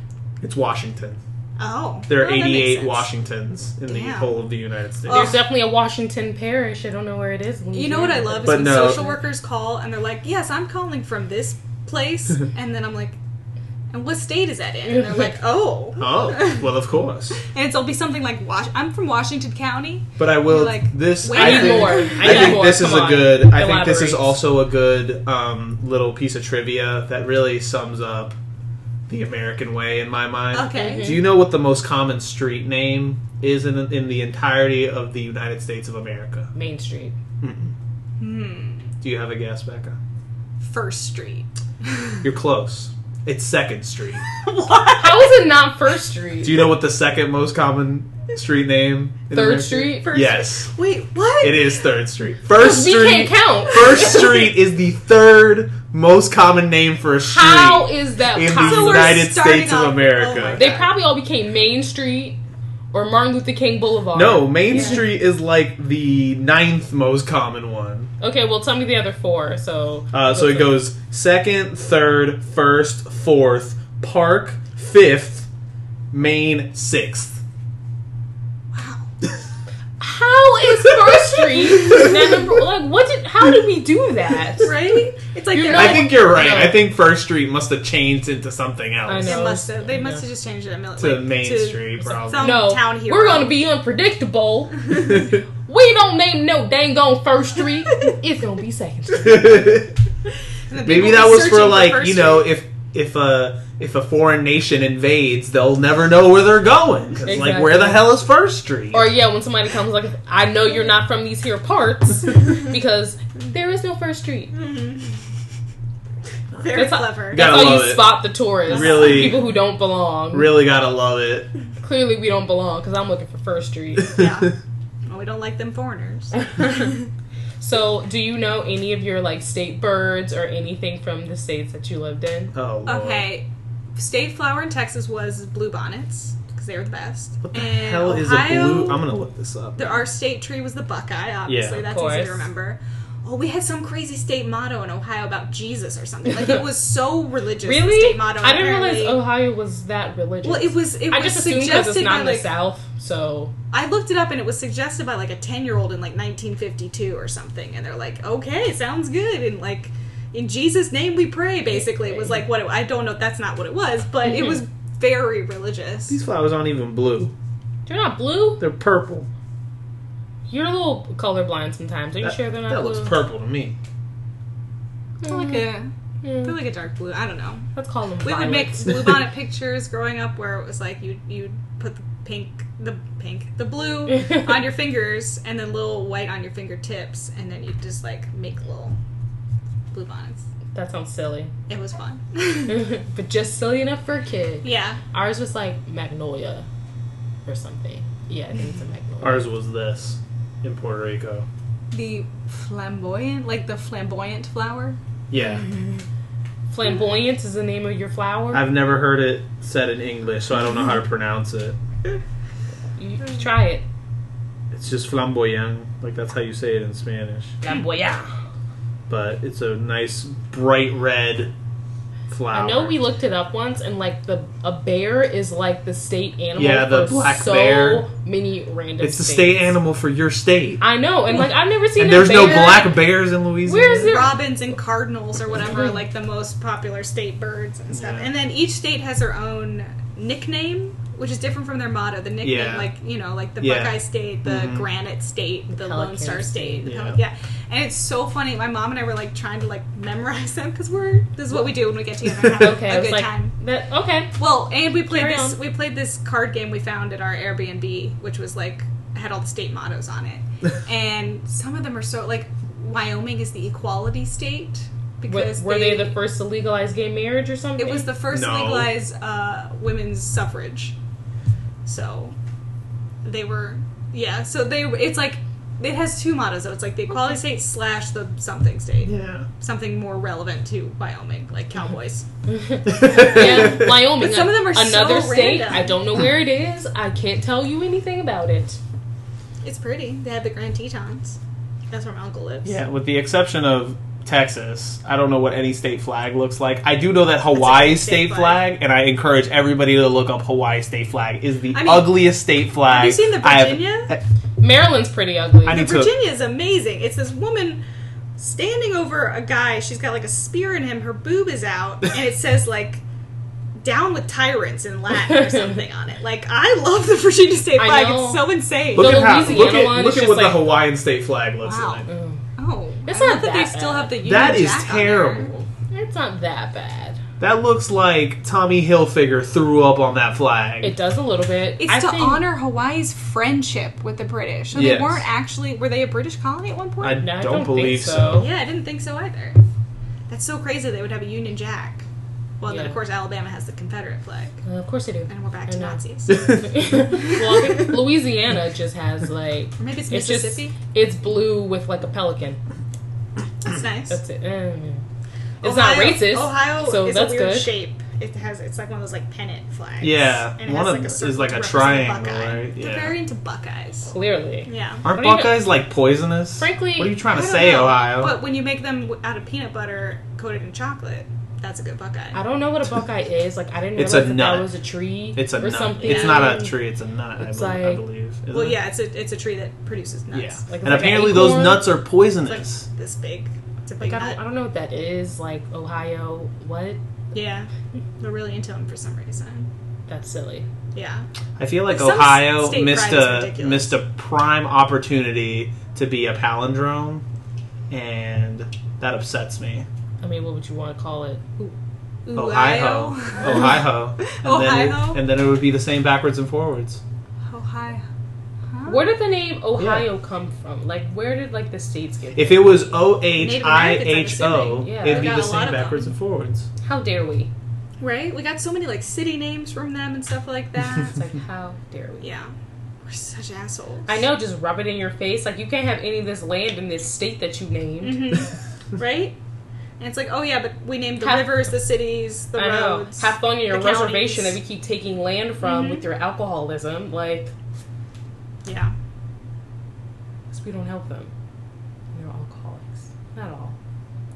Speaker 5: It's Washington.
Speaker 1: Oh,
Speaker 5: There are
Speaker 1: well, that makes
Speaker 5: 88
Speaker 1: sense.
Speaker 5: Washingtons in the
Speaker 1: Damn. Oh.
Speaker 5: whole of the United States.
Speaker 1: Ugh.
Speaker 4: There's definitely a Washington parish. I don't know where it is.
Speaker 1: You know what I love is
Speaker 5: But
Speaker 1: when
Speaker 5: no.
Speaker 1: social workers call and they're like, "Yes, I'm calling from this place," and then I'm like, "And what state is that in?" And they're like, "Oh,"
Speaker 5: Oh, well, of course.
Speaker 1: and it'll be something like, "Wash." I'm from Washington County.
Speaker 5: But I will.
Speaker 1: You're like,
Speaker 5: this
Speaker 1: wait,
Speaker 5: I
Speaker 4: I need
Speaker 5: think,
Speaker 4: more. I,
Speaker 5: I
Speaker 4: need
Speaker 5: think
Speaker 4: more.
Speaker 5: this is
Speaker 4: Come
Speaker 5: a
Speaker 4: on.
Speaker 5: good. I think this is
Speaker 4: Elaborate.
Speaker 5: also a good um, little piece of trivia that really sums up the American way in my mind.
Speaker 1: Okay.
Speaker 5: Do you know what the most common street name is in in the entirety of the United States of America?
Speaker 4: Main Street.
Speaker 1: Hmm.
Speaker 5: Do you have a guess, Becca?
Speaker 1: First Street.
Speaker 5: You're close. It's Second Street.
Speaker 1: what?
Speaker 4: How is it not First Street?
Speaker 5: Do you know what the second most common street name? In
Speaker 4: Third
Speaker 5: America-
Speaker 4: Street? First
Speaker 5: Yes,
Speaker 1: Wait, what?
Speaker 5: it is Third Street. First
Speaker 4: we
Speaker 5: Street.
Speaker 4: can't count.
Speaker 5: First Street is the third most common name for a street.
Speaker 4: How is that
Speaker 5: in the
Speaker 4: possible?
Speaker 1: we're
Speaker 5: United
Speaker 1: starting
Speaker 5: States of
Speaker 1: off-
Speaker 5: America.
Speaker 1: oh my God.
Speaker 4: They probably all became Main Street or Martin Luther King Boulevard.
Speaker 5: no, Main
Speaker 4: Yeah.
Speaker 5: Street is like the ninth most common one.
Speaker 4: Okay, well, tell me the other four. So,
Speaker 5: Uh, so it goes second, third, first, fourth, Park, fifth, Main, sixth.
Speaker 4: How is First Street? not number, like, what? Did, how did we do that?
Speaker 1: Right? It's like
Speaker 4: You
Speaker 1: they're
Speaker 4: know-
Speaker 5: I
Speaker 1: like,
Speaker 5: think you're right.
Speaker 4: No.
Speaker 5: I think First Street must have changed into something else.
Speaker 4: I
Speaker 1: they
Speaker 4: know.
Speaker 1: must have. They must
Speaker 4: Yeah.
Speaker 1: have just changed it a million
Speaker 5: To Main Street, probably.
Speaker 1: Some
Speaker 4: No,
Speaker 1: town hero.
Speaker 4: we're gonna be unpredictable. We don't name no dang on First Street. It's gonna be Second Street.
Speaker 1: And the
Speaker 5: Maybe
Speaker 1: people
Speaker 5: that
Speaker 1: be
Speaker 5: was
Speaker 1: searching
Speaker 5: for like
Speaker 1: First
Speaker 5: you know
Speaker 1: Street.
Speaker 5: if if a if a foreign nation invades, they'll never know where they're going. 'Cause, Like where the
Speaker 4: Exactly.
Speaker 5: hell is First Street?
Speaker 4: Or yeah, when somebody comes like, I know you're not from these here parts because there is no First Street.
Speaker 1: very
Speaker 4: That's how-
Speaker 1: clever.
Speaker 5: Yeah.
Speaker 4: That's
Speaker 5: Gotta
Speaker 4: how you
Speaker 5: love it.
Speaker 4: spot the tourists.
Speaker 5: Really-
Speaker 4: people who don't belong.
Speaker 5: really gotta love it.
Speaker 4: Clearly, we don't belong because I'm looking for First Street.
Speaker 1: Yeah. Well, we don't like them foreigners.
Speaker 4: so, do you know any of your like state birds or anything from the states that you lived in?
Speaker 5: Oh, Lord.
Speaker 1: Okay. State flower in Texas was bluebonnets because they were the best.
Speaker 5: What the
Speaker 1: and
Speaker 5: hell
Speaker 1: Ohio,
Speaker 5: is a blue? I'm gonna look this up.
Speaker 1: the- our state tree was the buckeye. Obviously,
Speaker 5: of
Speaker 1: that's easy
Speaker 4: course.
Speaker 1: to remember. Oh, we had some crazy state motto in Ohio about Jesus or something. Like it was so religious. the
Speaker 4: Really?
Speaker 1: state motto.
Speaker 4: I didn't realize
Speaker 1: apparently.
Speaker 4: Ohio was that religious.
Speaker 1: Well, it was. It
Speaker 4: I
Speaker 1: was
Speaker 4: just assumed because
Speaker 1: suggested
Speaker 4: it's not
Speaker 1: by
Speaker 4: in
Speaker 1: like
Speaker 4: the South, so
Speaker 1: I looked it up and it was suggested by like a 10 year old in like 1952 or something. And they're like, okay, sounds good. And like, in Jesus' name we pray, basically. It was like, what it, I don't know, that's not what it was, but it was very religious.
Speaker 5: These flowers aren't even blue.
Speaker 4: they're not blue.
Speaker 5: They're purple.
Speaker 4: You're a little colorblind sometimes. Are you
Speaker 5: That,
Speaker 4: sure they're not
Speaker 5: that
Speaker 4: blue?
Speaker 5: looks purple to me.
Speaker 1: I feel like a, I uh, feel
Speaker 4: Mm,
Speaker 1: like a dark blue. I don't know.
Speaker 4: let's call them.
Speaker 1: We would make
Speaker 4: violets.
Speaker 1: bluebonnet pictures growing up where it was like you you put the pink, the pink, the blue on your fingers and then little white on your fingertips. And then you just like make little bluebonnets.
Speaker 4: that sounds silly,
Speaker 1: It was fun.
Speaker 4: but just silly enough for a kid.
Speaker 1: yeah.
Speaker 4: Ours was like magnolia or something. Yeah, I think it's a magnolia.
Speaker 5: Ours was this in Puerto Rico.
Speaker 1: the flamboyant, like the flamboyant flower.
Speaker 5: Yeah,
Speaker 4: Mm-hmm. Flamboyance is the name of your flower.
Speaker 5: I've never heard it said in English, so I don't know how to pronounce it.
Speaker 4: you try it.
Speaker 5: It's just flamboyant, like that's how you say it in Spanish.
Speaker 4: Flamboyant.
Speaker 5: But it's a nice bright red flower.
Speaker 4: I know we looked it up once, and like the a bear is like the state animal.
Speaker 5: Yeah, the
Speaker 4: for
Speaker 5: black
Speaker 4: so
Speaker 5: bear.
Speaker 4: Many random.
Speaker 5: It's the state
Speaker 4: states.
Speaker 5: animal for your state,
Speaker 4: I know, and like I've never seen.
Speaker 5: and
Speaker 4: a
Speaker 5: there's no
Speaker 4: bear.
Speaker 5: black bears in Louisiana.
Speaker 4: Where is there?
Speaker 1: Robins and cardinals or whatever, are, like the most popular state birds and stuff.
Speaker 5: Yeah.
Speaker 1: And then each state has their own nickname which is different from their motto. The nickname,
Speaker 5: Yeah.
Speaker 1: like you know, like the
Speaker 5: Yeah.
Speaker 1: Buckeye State, the
Speaker 5: Mhm.
Speaker 1: Granite State, the, Lone
Speaker 4: Pelican
Speaker 1: Star State, the
Speaker 5: Yeah.
Speaker 1: Pelican- yeah. And it's so funny. My mom and I were like trying to like memorize them because we're this is what we do when we get together and have
Speaker 4: Okay, I
Speaker 1: a
Speaker 4: was
Speaker 1: good
Speaker 4: like,
Speaker 1: time.
Speaker 4: that, okay.
Speaker 1: Well, and we played
Speaker 4: Carry
Speaker 1: this.
Speaker 4: on.
Speaker 1: We played this card game we found at our Airbnb, which was like had all the state mottos on it, and some of them are so like Wyoming is the equality state
Speaker 4: Were,
Speaker 1: because
Speaker 4: were they, the first to legalize gay marriage or something?
Speaker 1: it was the first
Speaker 5: No.
Speaker 1: legalized uh, women's suffrage, so they were yeah. So they it's like it has two mottos though. It's like the equality state slash the something state,
Speaker 5: Yeah.
Speaker 1: something more relevant to Wyoming, like cowboys.
Speaker 4: yeah, Wyoming.
Speaker 1: But some of them are so
Speaker 4: another state.
Speaker 1: random.
Speaker 4: I don't know where it is. I can't tell you anything about it.
Speaker 1: It's pretty. They had the Grand Tetons. That's where my uncle lives.
Speaker 5: Yeah, with the exception of Texas, I don't know what any state flag looks like. I do know that Hawaii's
Speaker 1: state
Speaker 5: state flag, and I encourage everybody to look up Hawaii state flag is the
Speaker 1: I mean,
Speaker 5: ugliest state flag.
Speaker 1: Have you seen the
Speaker 5: I have-
Speaker 1: Virginia?
Speaker 4: Maryland's pretty ugly.
Speaker 5: I
Speaker 1: the
Speaker 5: need to-
Speaker 1: Virginia is amazing. It's this woman standing over a guy. She's got like a spear in him. Her boob is out, and it says like "Down with tyrants" in Latin or something on it. Like I love the Virginia state
Speaker 4: I
Speaker 1: flag.
Speaker 4: know.
Speaker 1: It's so insane.
Speaker 5: Look
Speaker 4: The
Speaker 5: at how
Speaker 4: Louisiana
Speaker 5: look at,
Speaker 4: one
Speaker 5: look
Speaker 4: is
Speaker 5: at what
Speaker 4: just
Speaker 5: the
Speaker 4: like-
Speaker 5: Hawaiian state flag looks
Speaker 1: Wow.
Speaker 5: like.
Speaker 4: Mm.
Speaker 1: oh,
Speaker 4: It's
Speaker 1: I love that,
Speaker 4: not
Speaker 1: they
Speaker 4: that
Speaker 1: still
Speaker 4: bad.
Speaker 1: have the Union
Speaker 5: That is
Speaker 1: Jack on there.
Speaker 5: terrible.
Speaker 4: It's not that bad.
Speaker 5: That looks like Tommy Hilfiger threw up on that flag.
Speaker 4: It does a little bit.
Speaker 1: It's
Speaker 4: I
Speaker 1: to
Speaker 4: think-
Speaker 1: honor Hawaii's friendship with the British. So
Speaker 5: Yes.
Speaker 1: they weren't actually were they a British colony at one point?
Speaker 5: I
Speaker 4: No, I
Speaker 5: don't,
Speaker 4: don't think
Speaker 5: believe
Speaker 4: so.
Speaker 1: Yeah, I didn't think so either. That's so crazy they would have a Union Jack. Well, then
Speaker 4: Yeah.
Speaker 1: of course Alabama has the Confederate flag,
Speaker 4: Uh, of course they do.
Speaker 1: and we're back to
Speaker 4: I know.
Speaker 1: Nazis. Or
Speaker 5: so.
Speaker 4: well, I think Louisiana just has like
Speaker 1: maybe it's
Speaker 4: It's just-
Speaker 1: Mississippi.
Speaker 4: it's blue with like a pelican.
Speaker 1: That's nice.
Speaker 4: That's it. Mm. It's
Speaker 1: Ohio-
Speaker 4: not racist.
Speaker 1: Ohio
Speaker 4: so
Speaker 1: is
Speaker 4: that's
Speaker 1: a weird
Speaker 4: good.
Speaker 1: shape. It has it's like one of those like pennant flags.
Speaker 5: Yeah,
Speaker 1: and it
Speaker 5: one
Speaker 1: has,
Speaker 5: of
Speaker 1: like, a
Speaker 5: is
Speaker 1: circle
Speaker 5: like a
Speaker 1: that represents
Speaker 5: triangle,
Speaker 1: Buckeye.
Speaker 5: right?
Speaker 1: They're
Speaker 5: Yeah.
Speaker 1: very into Buckeyes.
Speaker 4: Clearly.
Speaker 1: Yeah.
Speaker 5: Aren't
Speaker 4: What do you-
Speaker 5: Buckeyes like poisonous?
Speaker 4: Frankly,
Speaker 5: what are you trying
Speaker 1: I
Speaker 5: to
Speaker 1: don't
Speaker 5: say,
Speaker 1: know,
Speaker 5: Ohio?
Speaker 1: But when you make them w- out of peanut butter coated in chocolate, that's a good Buckeye.
Speaker 4: I don't know what a buckeye is. Like I didn't
Speaker 5: It's
Speaker 4: realize
Speaker 5: a
Speaker 4: that,
Speaker 5: nut.
Speaker 4: that was a tree
Speaker 5: It's a
Speaker 4: or
Speaker 5: nut.
Speaker 4: something.
Speaker 5: It's not a tree. It's a nut.
Speaker 4: It's
Speaker 5: I, believe, I
Speaker 4: like-
Speaker 5: believe. Isn't
Speaker 1: Well,
Speaker 5: it?
Speaker 1: yeah, it's a it's a tree that produces nuts.
Speaker 5: Yeah.
Speaker 4: Like, it's
Speaker 5: and
Speaker 4: like
Speaker 5: apparently
Speaker 4: an
Speaker 5: those
Speaker 4: acorn.
Speaker 5: nuts are
Speaker 1: It's
Speaker 5: poisonous.
Speaker 1: like this big. It's a big
Speaker 4: Like I don't, I
Speaker 1: nut.
Speaker 4: don't know what that is. Like Ohio, what?
Speaker 1: Yeah, they're really into them for some reason.
Speaker 4: That's silly.
Speaker 1: Yeah,
Speaker 5: I feel like
Speaker 1: Some
Speaker 5: Ohio
Speaker 1: state
Speaker 5: missed
Speaker 1: pride's
Speaker 5: a
Speaker 1: ridiculous.
Speaker 5: missed a prime opportunity to be a palindrome, and that upsets me.
Speaker 4: I mean, what would you want to call it?
Speaker 5: Ohio, Oh. Ohio, and
Speaker 1: Ohio?
Speaker 5: then it, and then it would be the same backwards and forwards.
Speaker 1: Ohio. Huh?
Speaker 4: Where did the name Ohio come from? Like, where did like the states get?
Speaker 5: If it was O H I
Speaker 4: Native
Speaker 5: H O,
Speaker 4: Americans, I'm assuming. Yeah.
Speaker 5: it'd be
Speaker 1: Got
Speaker 5: the
Speaker 1: a lot
Speaker 5: same
Speaker 1: of
Speaker 5: backwards
Speaker 1: them.
Speaker 5: and forwards.
Speaker 4: How dare we?
Speaker 1: Right? We got so many like city names from them and stuff like that.
Speaker 4: It's like how dare we?
Speaker 1: yeah, we're such assholes.
Speaker 4: I know, just rub it in your face. Like you can't have any of this land in this state that you named.
Speaker 1: hmm right? And it's like, oh yeah, but we named the
Speaker 4: Have-
Speaker 1: rivers, the cities, the
Speaker 4: I know.
Speaker 1: roads.
Speaker 4: Have fun in your
Speaker 1: the
Speaker 4: reservation
Speaker 1: counties. Mm-hmm.
Speaker 4: that we keep taking land from with your alcoholism. Like,
Speaker 1: Yeah.
Speaker 4: because we don't help them. They're alcoholics. Not all.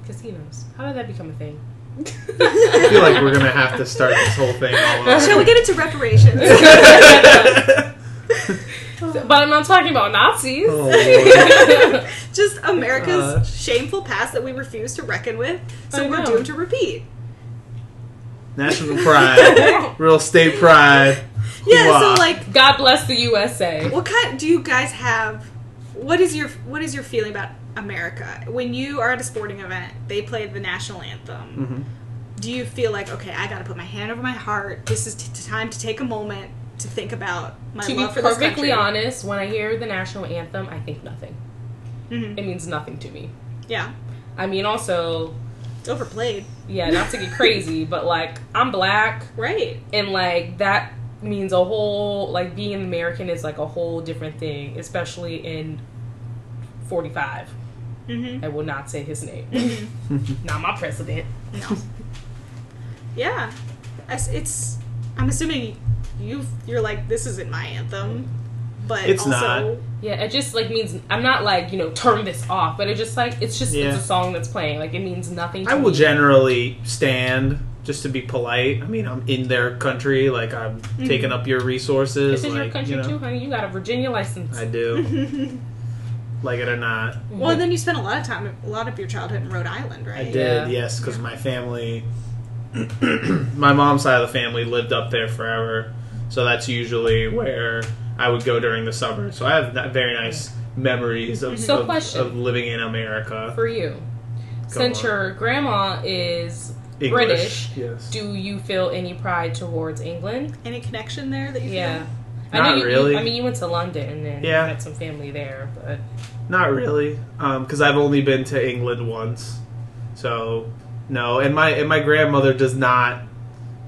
Speaker 4: Casinos. How did that become a thing?
Speaker 5: I feel like we're gonna have to start this whole thing all over.
Speaker 1: Shall we get into reparations?
Speaker 4: But I'm not talking about Nazis.
Speaker 5: Oh, Lord.
Speaker 1: Just America's
Speaker 5: Uh.
Speaker 1: shameful past that we refuse to reckon with, so
Speaker 4: I
Speaker 1: we're
Speaker 4: know.
Speaker 1: doomed to repeat.
Speaker 5: National pride, real state pride.
Speaker 1: Yeah.
Speaker 5: Hoo-ah.
Speaker 1: So like,
Speaker 4: God bless the USA.
Speaker 1: What kind do you guys have? What is your what is your feeling about America? When you are at a sporting event, they play the national anthem.
Speaker 5: Mhm.
Speaker 1: Do you feel like okay, I got to put my hand over my heart? This is t- time to take a moment to think about my
Speaker 4: to be
Speaker 1: love for this
Speaker 4: perfectly
Speaker 1: country.
Speaker 4: honest, when I hear the national anthem, I think nothing.
Speaker 1: Mhm.
Speaker 4: It means nothing to me.
Speaker 1: Yeah,
Speaker 4: I mean, also,
Speaker 1: it's overplayed,
Speaker 4: yeah, not to get crazy, but like, I'm black,
Speaker 1: right?
Speaker 4: and like, that means a whole, like, being an American is like a whole different thing, especially in 45.
Speaker 1: Mm-hmm.
Speaker 4: I will not say his name. not my president.
Speaker 1: No. yeah, As- it's. I'm assuming you you're like this isn't my anthem, but
Speaker 5: It's
Speaker 1: also
Speaker 4: Yeah, it just like means I'm not like you know turn this off, but it just like it's just
Speaker 5: Yeah.
Speaker 4: it's a song that's playing. Like it means nothing. To
Speaker 5: I will
Speaker 4: me.
Speaker 5: generally stand just to be polite. I mean, I'm in their country, like I'm taking up your resources.
Speaker 4: Mm-hmm. This is
Speaker 5: like,
Speaker 4: your country
Speaker 5: you know,
Speaker 4: too, honey. You got a Virginia license.
Speaker 5: I do, like it or not.
Speaker 1: Well, and then you spent a lot of time, a lot of your childhood in Rhode Island,
Speaker 5: I
Speaker 1: right?
Speaker 4: Yeah.
Speaker 5: did, yes, because my family, my mom's side of the family lived up there forever. So that's usually where I would go during the summer. So I have that very nice memories of,
Speaker 4: Mm-hmm. So
Speaker 5: of,
Speaker 4: question.
Speaker 5: of living in America.
Speaker 4: for you. Since
Speaker 5: on.
Speaker 4: your grandma is
Speaker 5: English,
Speaker 4: British,
Speaker 5: yes.
Speaker 4: do you feel any pride towards England?
Speaker 1: Any connection there that you
Speaker 4: Yeah.
Speaker 5: Not
Speaker 4: you,
Speaker 5: really.
Speaker 4: I mean, you went to London and then
Speaker 5: Yeah.
Speaker 4: had some family there, but
Speaker 5: Not really, because I've only been to England once, so no. And my and my grandmother does not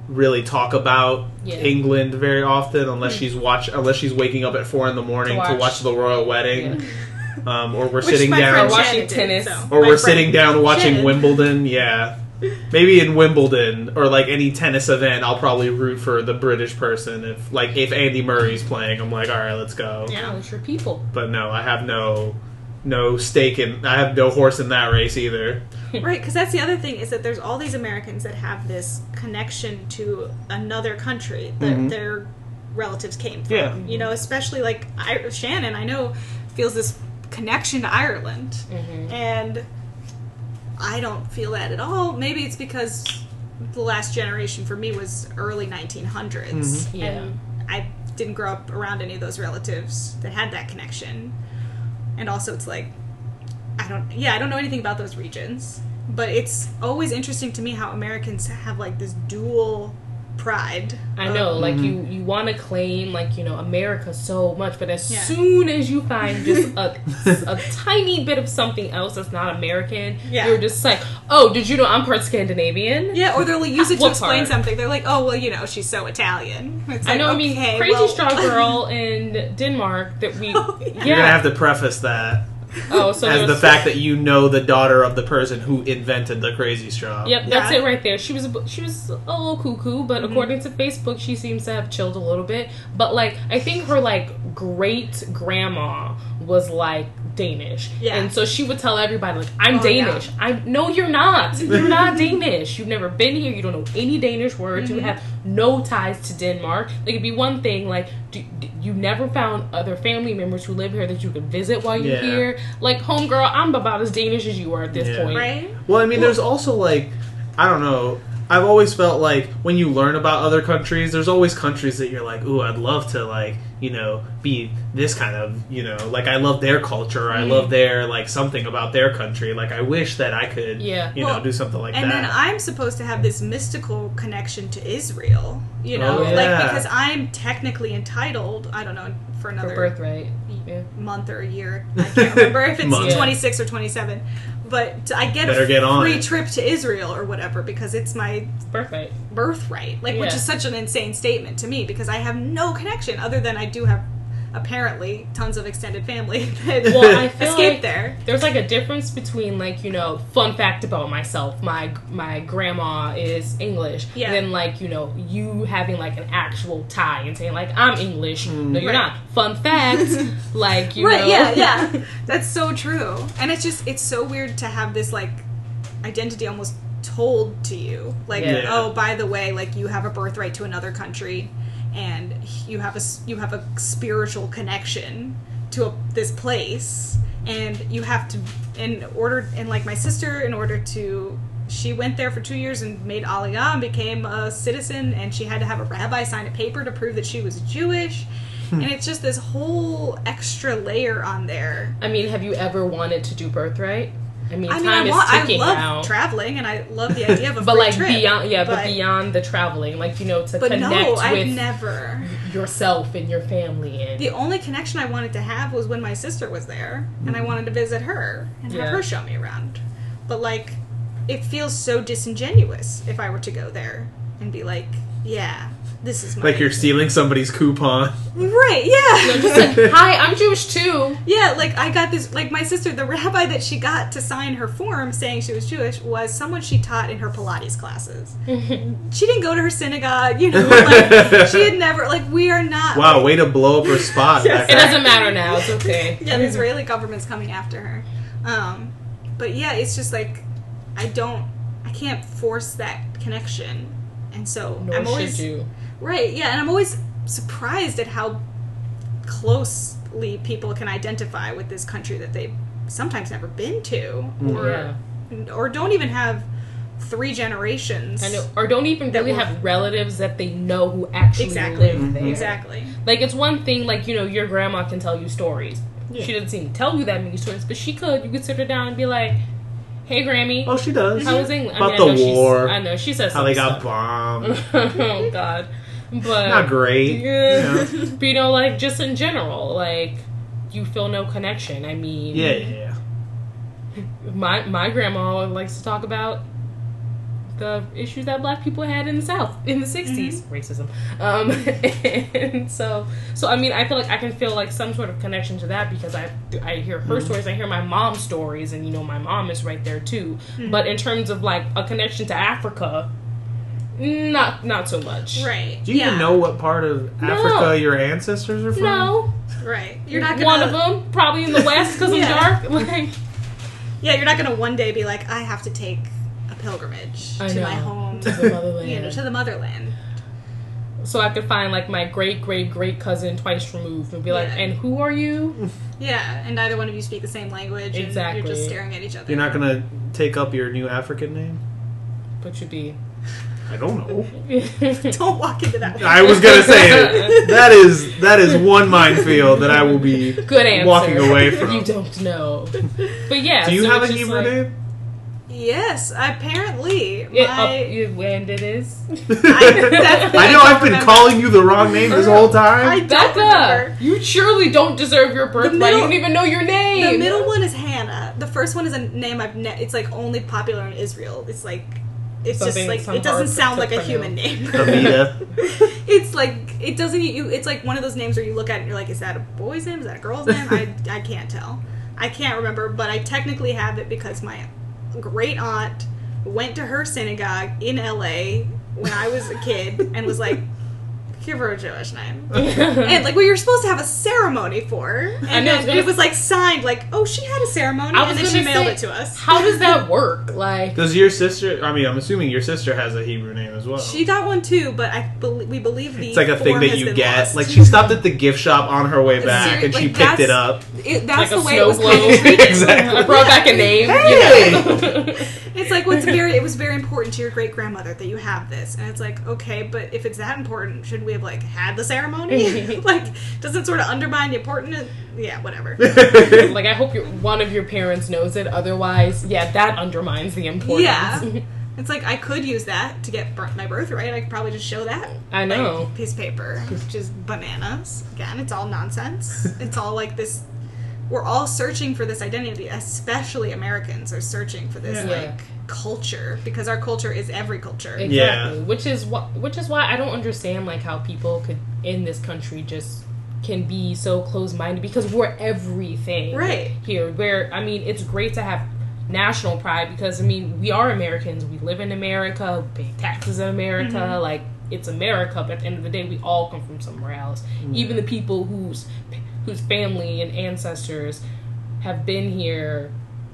Speaker 5: really talk about
Speaker 4: Yeah.
Speaker 5: England very often,
Speaker 1: Hmm.
Speaker 5: unless she's watch unless she's waking up at four in the morning to watch,
Speaker 4: watch.
Speaker 5: the royal wedding, um, or we're sitting
Speaker 1: my
Speaker 5: down
Speaker 1: friend
Speaker 4: Or
Speaker 1: Shannon
Speaker 4: watching tennis.
Speaker 1: so.
Speaker 5: or
Speaker 1: My
Speaker 5: we're
Speaker 1: friend-
Speaker 5: sitting down watching
Speaker 1: Shannon.
Speaker 5: Wimbledon. Yeah, maybe in Wimbledon or like any tennis event, I'll probably root for the British person. If like if Andy Murray's playing, I'm like, all right, let's go
Speaker 4: yeah,
Speaker 1: Yeah.
Speaker 4: it's your people.
Speaker 5: but no, I have no no stake in. I have no horse in that race either.
Speaker 1: Right, because that's the other thing is that there's all these Americans that have this connection to another country that
Speaker 5: Mhm.
Speaker 1: their relatives came from.
Speaker 5: Yeah.
Speaker 1: You know, especially like I- Shannon, I know, feels this connection to Ireland, and I don't feel that at all. Maybe it's because the last generation for me was early 1900s,
Speaker 5: Mhm.
Speaker 4: Yeah.
Speaker 1: and I didn't grow up around any of those relatives that had that connection. And also, it's like I don't yeah, I don't know anything about those regions, but it's always interesting to me how Americans have like this dual pride.
Speaker 4: I
Speaker 1: of-
Speaker 4: know, like
Speaker 5: Mm-hmm.
Speaker 4: you, you want to claim like you know America so much, but as
Speaker 1: Yeah.
Speaker 4: soon as you find just a, a tiny bit of something else that's not American,
Speaker 1: Yeah.
Speaker 4: you're just like, oh, did you know I'm part Scandinavian?
Speaker 1: Yeah, or they'll like, use it to
Speaker 4: What
Speaker 1: explain
Speaker 4: part?
Speaker 1: something. They're like, "Oh, well, you know, she's so Italian." It's
Speaker 4: I
Speaker 1: like,
Speaker 4: know. I mean,
Speaker 1: okay,
Speaker 4: crazy
Speaker 1: well-
Speaker 4: strong girl in Denmark that we,
Speaker 1: Oh, yeah.
Speaker 4: yeah.
Speaker 5: You're gonna have to preface that
Speaker 4: oh, so
Speaker 5: as the
Speaker 4: there's-
Speaker 5: fact that you know the daughter of the person who invented the crazy straw.
Speaker 4: Yep, that's
Speaker 1: Yeah.
Speaker 4: it right there. She was a, bu- she was a little cuckoo,
Speaker 1: Mm-hmm.
Speaker 4: but according to Facebook, she seems to have chilled a little bit. But like, I think her like great grandma was like Danish,
Speaker 1: Yeah.
Speaker 4: and so she would tell everybody like, "I'm
Speaker 1: Oh,
Speaker 4: Danish. I no, you're not. You're not Danish. You've never been here. You don't know any Danish words.
Speaker 1: Mm-hmm.
Speaker 4: You have no ties to Denmark. Like, it'd be one thing like." Do, do- you never found other family members who live here that you could visit while you're
Speaker 5: Yeah.
Speaker 4: here. Like, homegirl, I'm about as Danish as you are at this
Speaker 5: Yeah.
Speaker 4: point.
Speaker 1: right?
Speaker 5: Well, I mean, there's also like, I don't know. I've always felt like when you learn about other countries, there's always countries that you're like, ooh, I'd love to like, you know, be this kind of, you know, like I love their culture,
Speaker 4: Mm-hmm.
Speaker 5: I love their like something about their country. Like I wish that I could,
Speaker 4: Yeah.
Speaker 5: you
Speaker 1: Well,
Speaker 5: know, do something like
Speaker 1: and
Speaker 5: that.
Speaker 1: then I'm supposed to have this mystical connection to Israel, you know,
Speaker 5: Oh, yeah.
Speaker 1: like because I'm technically entitled. I don't know for
Speaker 4: For
Speaker 1: another
Speaker 4: birthright. Yeah.
Speaker 1: month or a year. I can't remember if
Speaker 5: Month.
Speaker 1: it's 26 or 27. But I get
Speaker 5: Better
Speaker 1: a
Speaker 5: get on
Speaker 1: free
Speaker 5: it.
Speaker 1: trip to Israel or whatever because it's my
Speaker 4: Birthright.
Speaker 1: birthright. Like, which
Speaker 4: Yeah.
Speaker 1: is such an insane statement to me because I have no connection other than I do have apparently tons of extended family that
Speaker 4: Well, I feel
Speaker 1: escaped
Speaker 4: like
Speaker 1: there.
Speaker 4: There's like a difference between like you know, fun fact about myself. My my grandma is English.
Speaker 1: Yeah.
Speaker 4: And then like you know, you having like an actual tie and saying like I'm English. no, you're
Speaker 1: Right.
Speaker 4: not. Fun fact. like you
Speaker 1: right?
Speaker 4: know.
Speaker 1: Yeah, yeah. That's so true. And it's just it's so weird to have this like identity almost told to you. Like,
Speaker 4: Yeah.
Speaker 1: oh, by the way, like you have a birthright to another country, and you have a s- you have a spiritual connection to a, this place, and you have to in order and like my sister in order to. She went there for two years and made Aliyah and became a citizen, and she had to have a rabbi sign a paper to prove that she was Jewish and it's just this whole extra layer on there.
Speaker 4: I mean, have you ever wanted to do birthright? I mean,
Speaker 1: I mean,
Speaker 4: time
Speaker 1: I, want,
Speaker 4: is
Speaker 1: I
Speaker 4: ticking
Speaker 1: love
Speaker 4: now.
Speaker 1: traveling, and I love the idea of a
Speaker 4: but
Speaker 1: free
Speaker 4: like
Speaker 1: trip,
Speaker 4: beyond, yeah, but,
Speaker 1: but
Speaker 4: beyond the traveling, like you know, to
Speaker 1: but
Speaker 4: connect
Speaker 1: no, I've
Speaker 4: with
Speaker 1: never.
Speaker 4: yourself and your family and
Speaker 1: The only connection I wanted to have was when my sister was there, and I wanted to visit her and
Speaker 4: Yeah.
Speaker 1: have her show me around. But like, it feels so disingenuous if I were to go there and be like, "Yeah, this is my
Speaker 5: like you're stealing somebody's coupon.
Speaker 1: right." Yeah,
Speaker 4: I'm just like, hi, I'm Jewish too.
Speaker 1: Yeah, like I got this. Like my sister, the rabbi that she got to sign her form saying she was Jewish was someone she taught in her Pilates classes. she didn't go to her synagogue, you know. Like, she had never. Like we are not.
Speaker 5: Wow, way to blow up her spot.
Speaker 1: Yes.
Speaker 4: It
Speaker 5: Becca.
Speaker 4: doesn't matter now. It's okay.
Speaker 1: Yeah, the Israeli government's coming after her. Um, but yeah, it's just like I don't. I can't force that connection, and so
Speaker 4: Nor
Speaker 1: I'm always
Speaker 4: should you.
Speaker 1: Right, yeah, and I'm always surprised at how closely people can identify with this
Speaker 5: Mm.
Speaker 1: country that they've sometimes never been to or
Speaker 4: Yeah.
Speaker 1: or don't even have three generations.
Speaker 4: I know, or don't even
Speaker 1: That
Speaker 4: really
Speaker 1: were-
Speaker 4: have relatives that they know who actually
Speaker 1: Exactly.
Speaker 5: Mm-hmm.
Speaker 4: live there.
Speaker 1: Exactly.
Speaker 4: Like it's one thing, like you know, your grandma can tell you stories.
Speaker 5: Yeah.
Speaker 4: She didn't seem to tell you that many stories, but she could. You could sit her down and be like, "Hey, Grammy,
Speaker 5: Oh, she does.
Speaker 4: how was England?
Speaker 5: About
Speaker 4: I mean, I know
Speaker 5: the
Speaker 4: she's-
Speaker 5: war,
Speaker 4: I know she says
Speaker 5: How they got bombed.
Speaker 4: oh God, but
Speaker 5: Not great.
Speaker 4: Yeah.
Speaker 5: Yeah.
Speaker 4: But you know, like just in general, like you feel no connection. I mean,
Speaker 5: Yeah, yeah, yeah.
Speaker 4: my my grandma likes to talk about the issues that black people had in the south in the 60s
Speaker 1: Mm-hmm.
Speaker 4: racism um and so so i mean i feel like i can feel like some sort of connection to that because i i hear her
Speaker 1: Mm-hmm.
Speaker 4: stories i hear my mom's stories and you know my mom is right there too
Speaker 1: Mm-hmm.
Speaker 4: but in terms of like a connection to africa not not so much
Speaker 1: Right.
Speaker 5: Do you
Speaker 1: yeah.
Speaker 5: even know what part of
Speaker 4: No.
Speaker 5: Africa your ancestors are from?
Speaker 4: no
Speaker 1: Right. You're not gonna.
Speaker 4: one of them probably in the west because
Speaker 1: Yeah.
Speaker 4: i'm dark like
Speaker 1: Yeah, you're not gonna one day be like, I have to take a pilgrimage
Speaker 4: I
Speaker 1: to my
Speaker 4: know.
Speaker 1: home,
Speaker 4: To the motherland.
Speaker 1: you know, to the motherland.
Speaker 4: so I could find like my great great great cousin twice removed and be like,
Speaker 1: Yeah. Mm-hmm.
Speaker 4: and who are you?
Speaker 1: Yeah, and neither one of you speak the same language. And
Speaker 4: Exactly.
Speaker 1: you're just staring at each other.
Speaker 5: You're not gonna take up your new African name?
Speaker 4: But you be.
Speaker 5: I don't know.
Speaker 1: Don't walk into that. one.
Speaker 5: I was gonna say it. That is that is one minefield that I will be
Speaker 4: Good answer.
Speaker 5: walking away from.
Speaker 4: You don't know. But yeah.
Speaker 5: Do you
Speaker 4: so
Speaker 5: have a
Speaker 4: it's just
Speaker 5: Hebrew
Speaker 4: like-
Speaker 5: name?
Speaker 1: Yes, apparently.
Speaker 4: Yeah,
Speaker 1: my,
Speaker 4: up, you, and it is.
Speaker 5: I,
Speaker 1: that's-
Speaker 5: know
Speaker 1: I
Speaker 5: I've been
Speaker 1: remember.
Speaker 5: calling you the wrong name this whole
Speaker 1: I
Speaker 5: time.
Speaker 1: don't
Speaker 4: Becca!
Speaker 1: remember.
Speaker 4: You surely don't deserve your birthright.
Speaker 1: middle-
Speaker 4: you don't even know your name.
Speaker 1: The middle one is Hannah. The first one is a name I've. Ne- it's like only popular in Israel. It's like. It's
Speaker 4: Something-
Speaker 1: just like
Speaker 4: some
Speaker 1: it doesn't sound
Speaker 4: hard to
Speaker 1: like a human name.
Speaker 5: Avita.
Speaker 1: it's like it doesn't. e-, You. It's like one of those names where you look at it and you're like, is that a boy's name? Is that a girl's name? I. I can't tell. I can't remember, but I technically have it because my great aunt went to her synagogue in L.A. when I was a kid and was like, give her a Jewish name. And like we were supposed to have a ceremony for, her, and
Speaker 4: I know, I
Speaker 1: then
Speaker 4: was gonna
Speaker 1: it was like signed, like oh she had a ceremony,
Speaker 4: I was
Speaker 1: and then she
Speaker 4: gonna
Speaker 1: mailed
Speaker 4: say-
Speaker 1: it to us.
Speaker 4: How does that work? Like,
Speaker 5: Does your sister? I mean, I'm assuming your sister has a Hebrew name as well.
Speaker 1: She got one too, but I bel we believe the
Speaker 5: it's like a thing
Speaker 1: form
Speaker 5: that
Speaker 1: has
Speaker 5: you
Speaker 1: been
Speaker 5: get.
Speaker 1: lost.
Speaker 5: Like she stopped at the gift shop on her way back,
Speaker 1: Seri-
Speaker 5: and she
Speaker 1: like,
Speaker 5: picked it
Speaker 1: that's-
Speaker 5: up.
Speaker 1: It- that's
Speaker 4: Like a
Speaker 1: the way it was
Speaker 4: snow
Speaker 1: kind of
Speaker 4: globe.
Speaker 1: treated.
Speaker 5: exactly.
Speaker 4: I brought back a name. You know?
Speaker 1: It's like what's very it was very important to your great grandmother that you have this, and it's like okay, but if it's that important, should we have like had the ceremony? like doesn't sort of undermine the important? Yeah, whatever.
Speaker 4: like, I hope your, one of your parents knows it. Otherwise, yeah, that undermines the importance.
Speaker 1: Yeah. It's like I could use that to get bir- my birthright. I could probably just show that
Speaker 4: I know.
Speaker 1: piece of paper, which is bananas. Again, it's all nonsense. It's all like this. We're all searching for this identity, especially Americans are searching for this
Speaker 4: Yeah.
Speaker 1: like culture because our culture is every culture.
Speaker 4: Exactly.
Speaker 5: Yeah.
Speaker 4: Which is why, which is why I don't understand like how people could in this country just can be so closed-minded because we're everything
Speaker 1: Right.
Speaker 4: here. Where I mean, it's great to have national pride because I mean we are Americans. We live in America. We pay taxes in America. Like it's America, but at the end of the day, we all come from somewhere else. Even the people whose whose family and ancestors have been here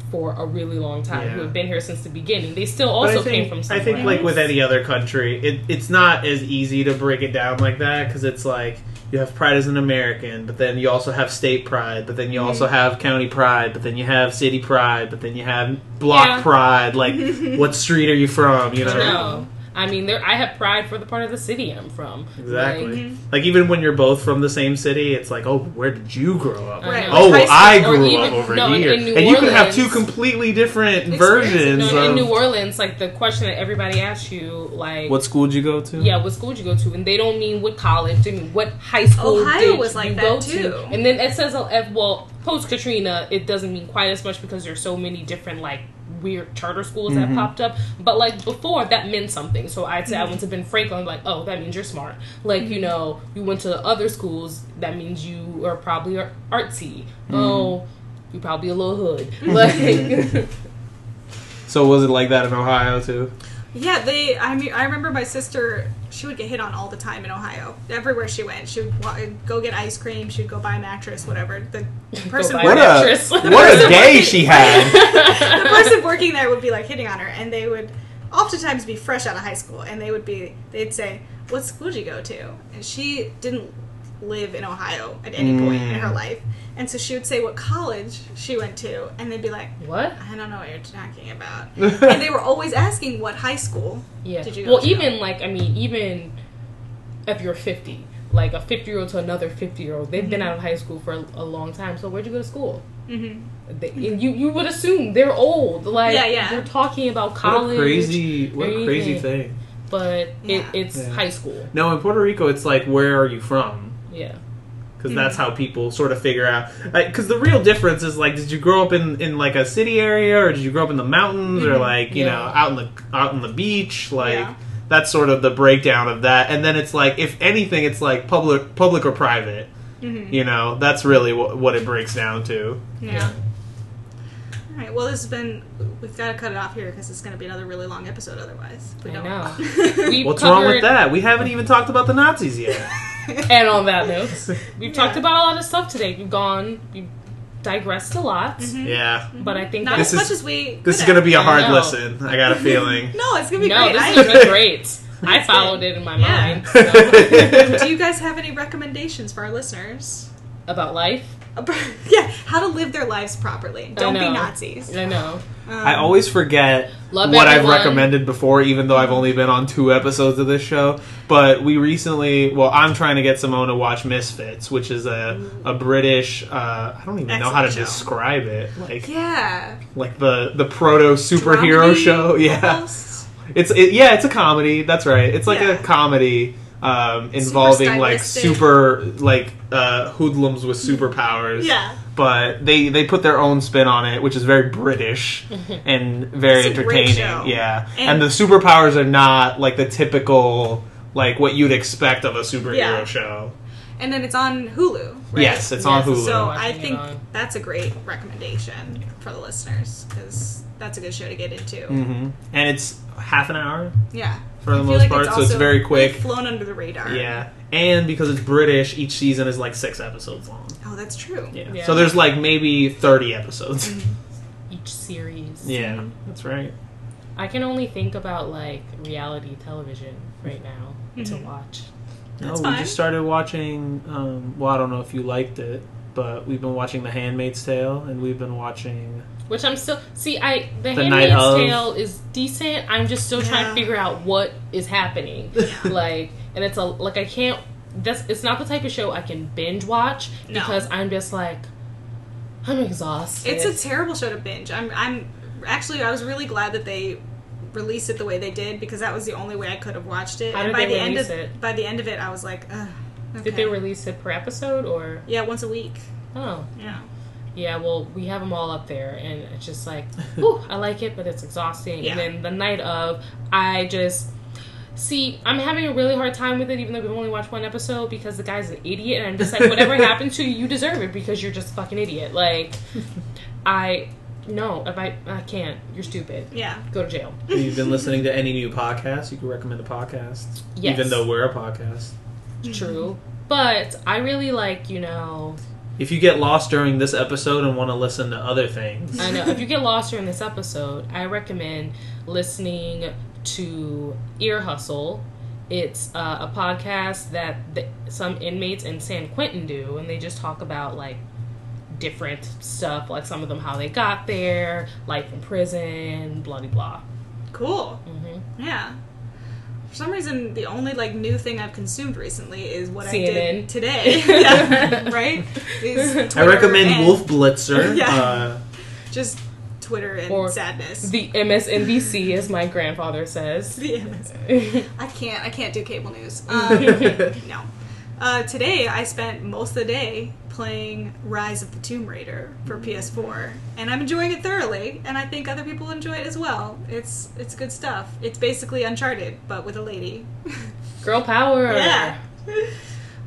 Speaker 4: for a really long time who
Speaker 5: Yeah.
Speaker 4: have been here since the beginning they still
Speaker 5: But
Speaker 4: also
Speaker 5: I think,
Speaker 4: came from
Speaker 5: I
Speaker 4: somewhere
Speaker 5: think, like
Speaker 4: else.
Speaker 5: with any other country, it, it's not as easy to break it down like that because it's like you have pride as an American, but then you also have state pride, but then you
Speaker 4: Mm-hmm.
Speaker 5: also have county pride, but then you have city pride, but then you have block
Speaker 4: Yeah.
Speaker 5: pride. Like, what street are you from? You know,
Speaker 4: No. I mean, there. I have pride for the part of the city I'm from.
Speaker 5: exactly.
Speaker 4: Like,
Speaker 5: Like even when you're both from the same city, it's like, oh, where did you grow up?
Speaker 4: I know.
Speaker 5: Oh,
Speaker 1: Like
Speaker 5: well,
Speaker 1: high
Speaker 5: I
Speaker 4: school, or
Speaker 5: grew up
Speaker 4: even-
Speaker 5: over
Speaker 4: no, in-
Speaker 5: here,
Speaker 4: in New
Speaker 5: and you can have two
Speaker 4: Orleans.
Speaker 5: completely different
Speaker 1: Experiences.
Speaker 5: versions
Speaker 4: no, in
Speaker 5: of
Speaker 4: New Orleans, like the question that everybody asks you, like,
Speaker 5: what school did you go to.
Speaker 4: yeah, what school did you go to? And they don't mean what college. They mean what high school
Speaker 1: Ohio
Speaker 4: did
Speaker 1: was like
Speaker 4: you
Speaker 1: that,
Speaker 4: go
Speaker 1: too.
Speaker 4: to? And then it says, uh, if- well, post Katrina, it doesn't mean quite as much because there's so many different like weird charter schools that popped up. But like before, that meant something. So I'd say I
Speaker 1: Mm-hmm.
Speaker 4: went to Ben Franklin, like, oh, that means you're smart. Like you know, you went to other schools, that means you are probably ar- artsy. Oh, you probably a little hood. Like,
Speaker 5: So was it like that in Ohio too?
Speaker 1: Yeah, they. I mean, I remember my sister. She would get hit on all the time in Ohio. Everywhere she went, she would wa- go get ice cream. She'd go buy a mattress, whatever. The person,
Speaker 4: buy
Speaker 1: working-
Speaker 5: What
Speaker 4: an
Speaker 5: a
Speaker 4: actress.
Speaker 5: what a day she had.
Speaker 1: the person working there would be like hitting on her, and they would oftentimes be fresh out of high school, and they would be. They'd say, "What
Speaker 5: Mm.
Speaker 1: school did you go to?" And she didn't live in Ohio at any point in her life, And so she would say what college she went to, and they'd be like,
Speaker 4: What?
Speaker 1: I don't know what you're talking about. and they were always asking what high school.
Speaker 4: Yeah.
Speaker 1: Did you go
Speaker 4: well,
Speaker 1: to
Speaker 4: even like I mean, even if you're 50, like a 50 year old to another 50 year old, they've been out of high school for a, a long time. So where'd you go to school?
Speaker 1: Mm-hmm.
Speaker 4: They, and you you would assume they're old. Like
Speaker 1: Yeah, yeah.
Speaker 4: they're talking about
Speaker 5: What
Speaker 4: college.
Speaker 5: a crazy, what a
Speaker 4: anything.
Speaker 5: crazy thing.
Speaker 4: But
Speaker 1: Yeah.
Speaker 4: it, it's
Speaker 5: Yeah.
Speaker 4: high school.
Speaker 5: No, in Puerto Rico, it's like, where are you from?
Speaker 4: Yeah.
Speaker 5: because that's how people sort of figure out. Because the real difference is like, did you grow up in in like a city area, or did you grow up in the mountains, or like you
Speaker 4: Yeah.
Speaker 5: know out in the out in the beach? Like
Speaker 1: Yeah.
Speaker 5: that's sort of the breakdown of that. And then it's like, if anything, it's like public public or private.
Speaker 1: Mhm.
Speaker 5: You know, that's really what what it breaks down to.
Speaker 1: Yeah. All right. Well, this has been. We've got to cut it off here because it's going to be another really long episode. Otherwise, If we
Speaker 4: I
Speaker 1: don't.
Speaker 4: know.
Speaker 1: we
Speaker 4: We've
Speaker 5: What's
Speaker 4: covered,
Speaker 5: wrong with that? We haven't even talked about the Nazis yet.
Speaker 4: And on that note, we've talked
Speaker 1: Yeah.
Speaker 4: about a lot of stuff today. We've gone, we've digressed a lot,
Speaker 5: yeah,
Speaker 4: but I
Speaker 1: Mm-hmm.
Speaker 4: think
Speaker 1: not
Speaker 5: This
Speaker 1: as
Speaker 5: is-
Speaker 1: much as we. could
Speaker 5: this is gonna
Speaker 1: have.
Speaker 5: be a
Speaker 4: I
Speaker 5: hard
Speaker 4: know.
Speaker 5: listen. I got a feeling.
Speaker 1: No, it's going to be
Speaker 4: no,
Speaker 1: great.
Speaker 4: this
Speaker 1: I
Speaker 4: is
Speaker 1: enjoyed
Speaker 4: been great. I followed it in my
Speaker 1: Yeah.
Speaker 4: mind so.
Speaker 1: it. Do you guys have any recommendations for our listeners?
Speaker 4: about life.
Speaker 1: yeah, how to live their lives properly. Don't be
Speaker 4: know.
Speaker 1: Nazis.
Speaker 4: I know.
Speaker 1: Um,
Speaker 5: I always forget
Speaker 4: Love
Speaker 5: what
Speaker 4: everyone.
Speaker 5: I've recommended before, even though I've only been on two episodes of this show. But we recently, well, I'm trying to get Simone to watch Misfits, which is a, a British. Uh, I don't even know how to
Speaker 1: Excellent show.
Speaker 5: describe it. Like
Speaker 1: Yeah.
Speaker 5: like the the proto superhero
Speaker 1: Comedy,
Speaker 5: show. Yeah,
Speaker 1: almost.
Speaker 5: it's it, yeah, it's a comedy. That's right. It's like
Speaker 1: Yeah.
Speaker 5: a comedy um, involving like
Speaker 1: stylistic.
Speaker 5: super like uh, hoodlums with superpowers
Speaker 1: Yeah.
Speaker 5: but they they put their own spin on it, which is very British and very
Speaker 1: It's a great
Speaker 5: entertaining.
Speaker 1: show.
Speaker 5: Yeah, and,
Speaker 1: And-
Speaker 5: the superpowers are not like the typical like what you'd expect of a superhero
Speaker 1: Yeah.
Speaker 5: show.
Speaker 1: And then it's on Hulu. Right?
Speaker 5: Yes, it's
Speaker 4: Yes,
Speaker 5: on Hulu.
Speaker 1: So I
Speaker 4: watching it
Speaker 1: think
Speaker 4: on-
Speaker 1: that's a great recommendation for the listeners because that's a good show to get into.
Speaker 5: hmm And it's half an hour
Speaker 1: Yeah.
Speaker 5: for the
Speaker 1: I feel
Speaker 5: most
Speaker 1: like
Speaker 5: part, so it's
Speaker 1: also
Speaker 5: very
Speaker 1: really
Speaker 5: quick.
Speaker 1: flown under the radar.
Speaker 5: Yeah, and because it's British, each season is like six episodes long.
Speaker 1: Oh, that's true.
Speaker 5: Yeah.
Speaker 4: Yeah.
Speaker 5: So there's like maybe thirty episodes.
Speaker 1: Mm-hmm.
Speaker 4: Each series.
Speaker 5: yeah, that's right.
Speaker 4: I can only think about like reality television right now to
Speaker 1: Mm-hmm.
Speaker 4: watch.
Speaker 1: That's
Speaker 5: no,
Speaker 1: fine.
Speaker 5: Oh, we just started watching. Um, well, I don't know if you liked it, but we've been watching The Handmaid's Tale, and we've been watching.
Speaker 4: Which I'm still see I the,
Speaker 5: The Night
Speaker 4: Handmaid's
Speaker 5: of.
Speaker 4: Tale is decent. I'm just still trying
Speaker 1: Yeah.
Speaker 4: to figure out what is happening. like and it's a like I can't that's it's not the type of show I can binge watch
Speaker 1: No.
Speaker 4: because I'm just like I'm exhausted.
Speaker 1: It's a terrible show to binge. I'm, I'm actually, I was really glad that they released it the way they did because that was the only way I could have watched it.
Speaker 4: How
Speaker 1: and
Speaker 4: did
Speaker 1: by
Speaker 4: they
Speaker 1: the end
Speaker 4: release
Speaker 1: of
Speaker 4: it?
Speaker 1: by the end of it, I was like, Ugh, okay.
Speaker 4: Did they release it per episode or
Speaker 1: Yeah, once a week.
Speaker 4: oh
Speaker 1: Yeah.
Speaker 4: yeah? Well, we have them all up there, and it's just like, ooh, I like it, but it's exhausting.
Speaker 1: Yeah.
Speaker 4: And then the night of, I just see I'm having a really hard time with it, even though we've only watched one episode because the guy's an idiot, and I'm just like, whatever happened to you, you deserve it because you're just a fucking idiot. Like, I no, if I I can't, you're stupid.
Speaker 1: Yeah.
Speaker 4: Go to jail.
Speaker 5: If you've been listening to any new podcasts, you can recommend a podcast.
Speaker 4: Yes.
Speaker 5: Even though we're a podcast.
Speaker 4: True, but I really like you know.
Speaker 5: If you get lost during this episode and want to listen to other things,
Speaker 4: I know. If you get lost during this episode, I recommend listening to Ear Hustle. It's uh, a podcast that th- some inmates in San Quentin do, and they just talk about like different stuff, like some of them how they got there, life in prison, bloody blah.
Speaker 1: Cool.
Speaker 4: Mhm.
Speaker 1: Yeah. For some reason, the only like new thing I've consumed recently is what I
Speaker 4: CNN.
Speaker 1: did today. yeah. Right. Is
Speaker 5: I
Speaker 1: Twitter
Speaker 5: recommend
Speaker 1: and
Speaker 5: Wolf Blitzer.
Speaker 1: Yeah.
Speaker 5: Uh,
Speaker 1: Just Twitter and
Speaker 4: Or
Speaker 1: sadness.
Speaker 4: The MSNBC, as my grandfather says.
Speaker 1: The MS. I can't. I can't do cable news. Um,
Speaker 5: I
Speaker 1: no. Uh, today I spent most of the day playing Rise of the Tomb Raider for
Speaker 4: Mm.
Speaker 1: PS4, and I'm enjoying it thoroughly, and I think other people enjoy it as well. It's it's good stuff. It's basically Uncharted, but with a lady.
Speaker 4: Girl power.
Speaker 1: yeah.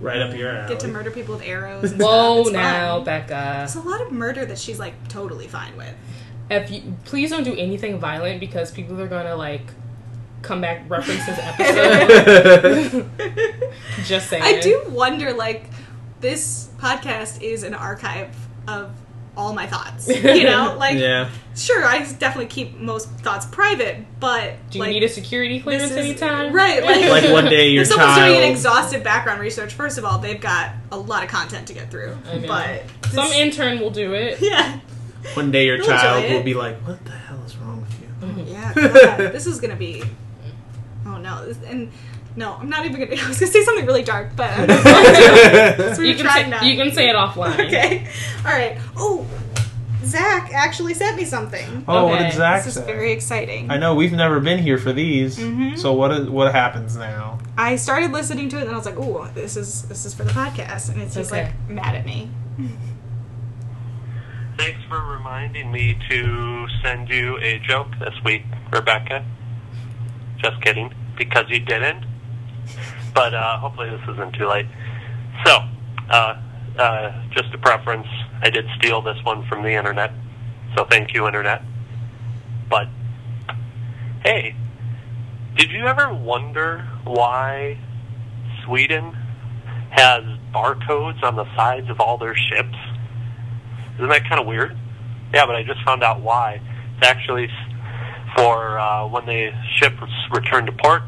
Speaker 5: right up your alley.
Speaker 1: Get to murder people with arrows. And
Speaker 4: Whoa,
Speaker 1: stuff. It's
Speaker 4: now,
Speaker 1: fun.
Speaker 4: Becca.
Speaker 1: It's a lot of murder that she's like totally fine with.
Speaker 4: if you please don't do anything violent because people are gonna like come back reference this episode. Just saying.
Speaker 1: I do wonder, like, this podcast is an archive of all my thoughts. You know, like
Speaker 5: yeah.
Speaker 1: sure, I definitely keep most thoughts private, but
Speaker 4: Do you
Speaker 1: like,
Speaker 4: need a security clearance
Speaker 1: is-
Speaker 4: anytime?
Speaker 1: right, like-
Speaker 5: Like one day your
Speaker 1: if someone's doing an
Speaker 5: child.
Speaker 1: exhaustive background research, first of all, they've got a lot of content to get through.
Speaker 4: I know.
Speaker 1: But
Speaker 4: Some
Speaker 1: this-
Speaker 4: intern will do it.
Speaker 1: yeah,
Speaker 5: One day your
Speaker 1: You'll enjoy
Speaker 5: child
Speaker 1: it.
Speaker 5: will be like, "What the hell is wrong with you?"
Speaker 1: yeah. God, this is gonna be. Oh no! This, and no, I'm not even gonna. I was gonna say something really dark, but I'm not going to. That's what
Speaker 5: Mm-hmm.
Speaker 4: You
Speaker 1: you
Speaker 4: can,
Speaker 1: tried now.
Speaker 4: say, you can say it offline.
Speaker 1: okay. All right. Oh, Zach actually sent me something.
Speaker 5: oh, what
Speaker 4: Okay.
Speaker 5: did Zach
Speaker 1: This is
Speaker 5: say?
Speaker 1: very exciting.
Speaker 5: I know we've never been here for these.
Speaker 1: Mhm.
Speaker 5: So what is, what happens now?
Speaker 1: I started listening to it and I was like, "Ooh, this is this is for the podcast," and it's just
Speaker 4: Okay.
Speaker 1: like mad at me.
Speaker 6: Thanks for reminding me to send you a joke this week, Rebecca. Just kidding, because you didn't. But uh, hopefully this isn't too late. So, uh, uh, just a preference, I did steal this one from the internet. So thank you, internet. But, hey, did you ever wonder why Sweden has barcodes on the sides of all their ships? Isn't that kind of weird? Yeah, but I just found out why. It's actually s- for uh, when the ship was returned to port,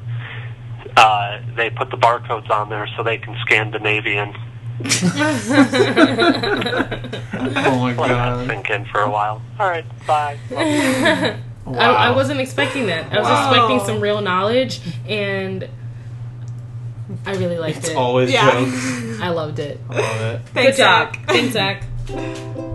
Speaker 6: uh, they put the barcodes on there so they can Scandinavian.
Speaker 5: Oh my
Speaker 6: Let that
Speaker 5: god!
Speaker 6: sink in for a while. All right, bye.
Speaker 5: Wow.
Speaker 4: I, I wasn't expecting that. I was
Speaker 5: Wow.
Speaker 4: expecting some real knowledge, and I really liked
Speaker 5: It's
Speaker 4: it.
Speaker 5: always
Speaker 1: Yeah.
Speaker 5: jokes.
Speaker 4: I loved it.
Speaker 5: I love it.
Speaker 1: Thanks,
Speaker 4: Good job.
Speaker 1: Zach.
Speaker 4: Thanks, Zach.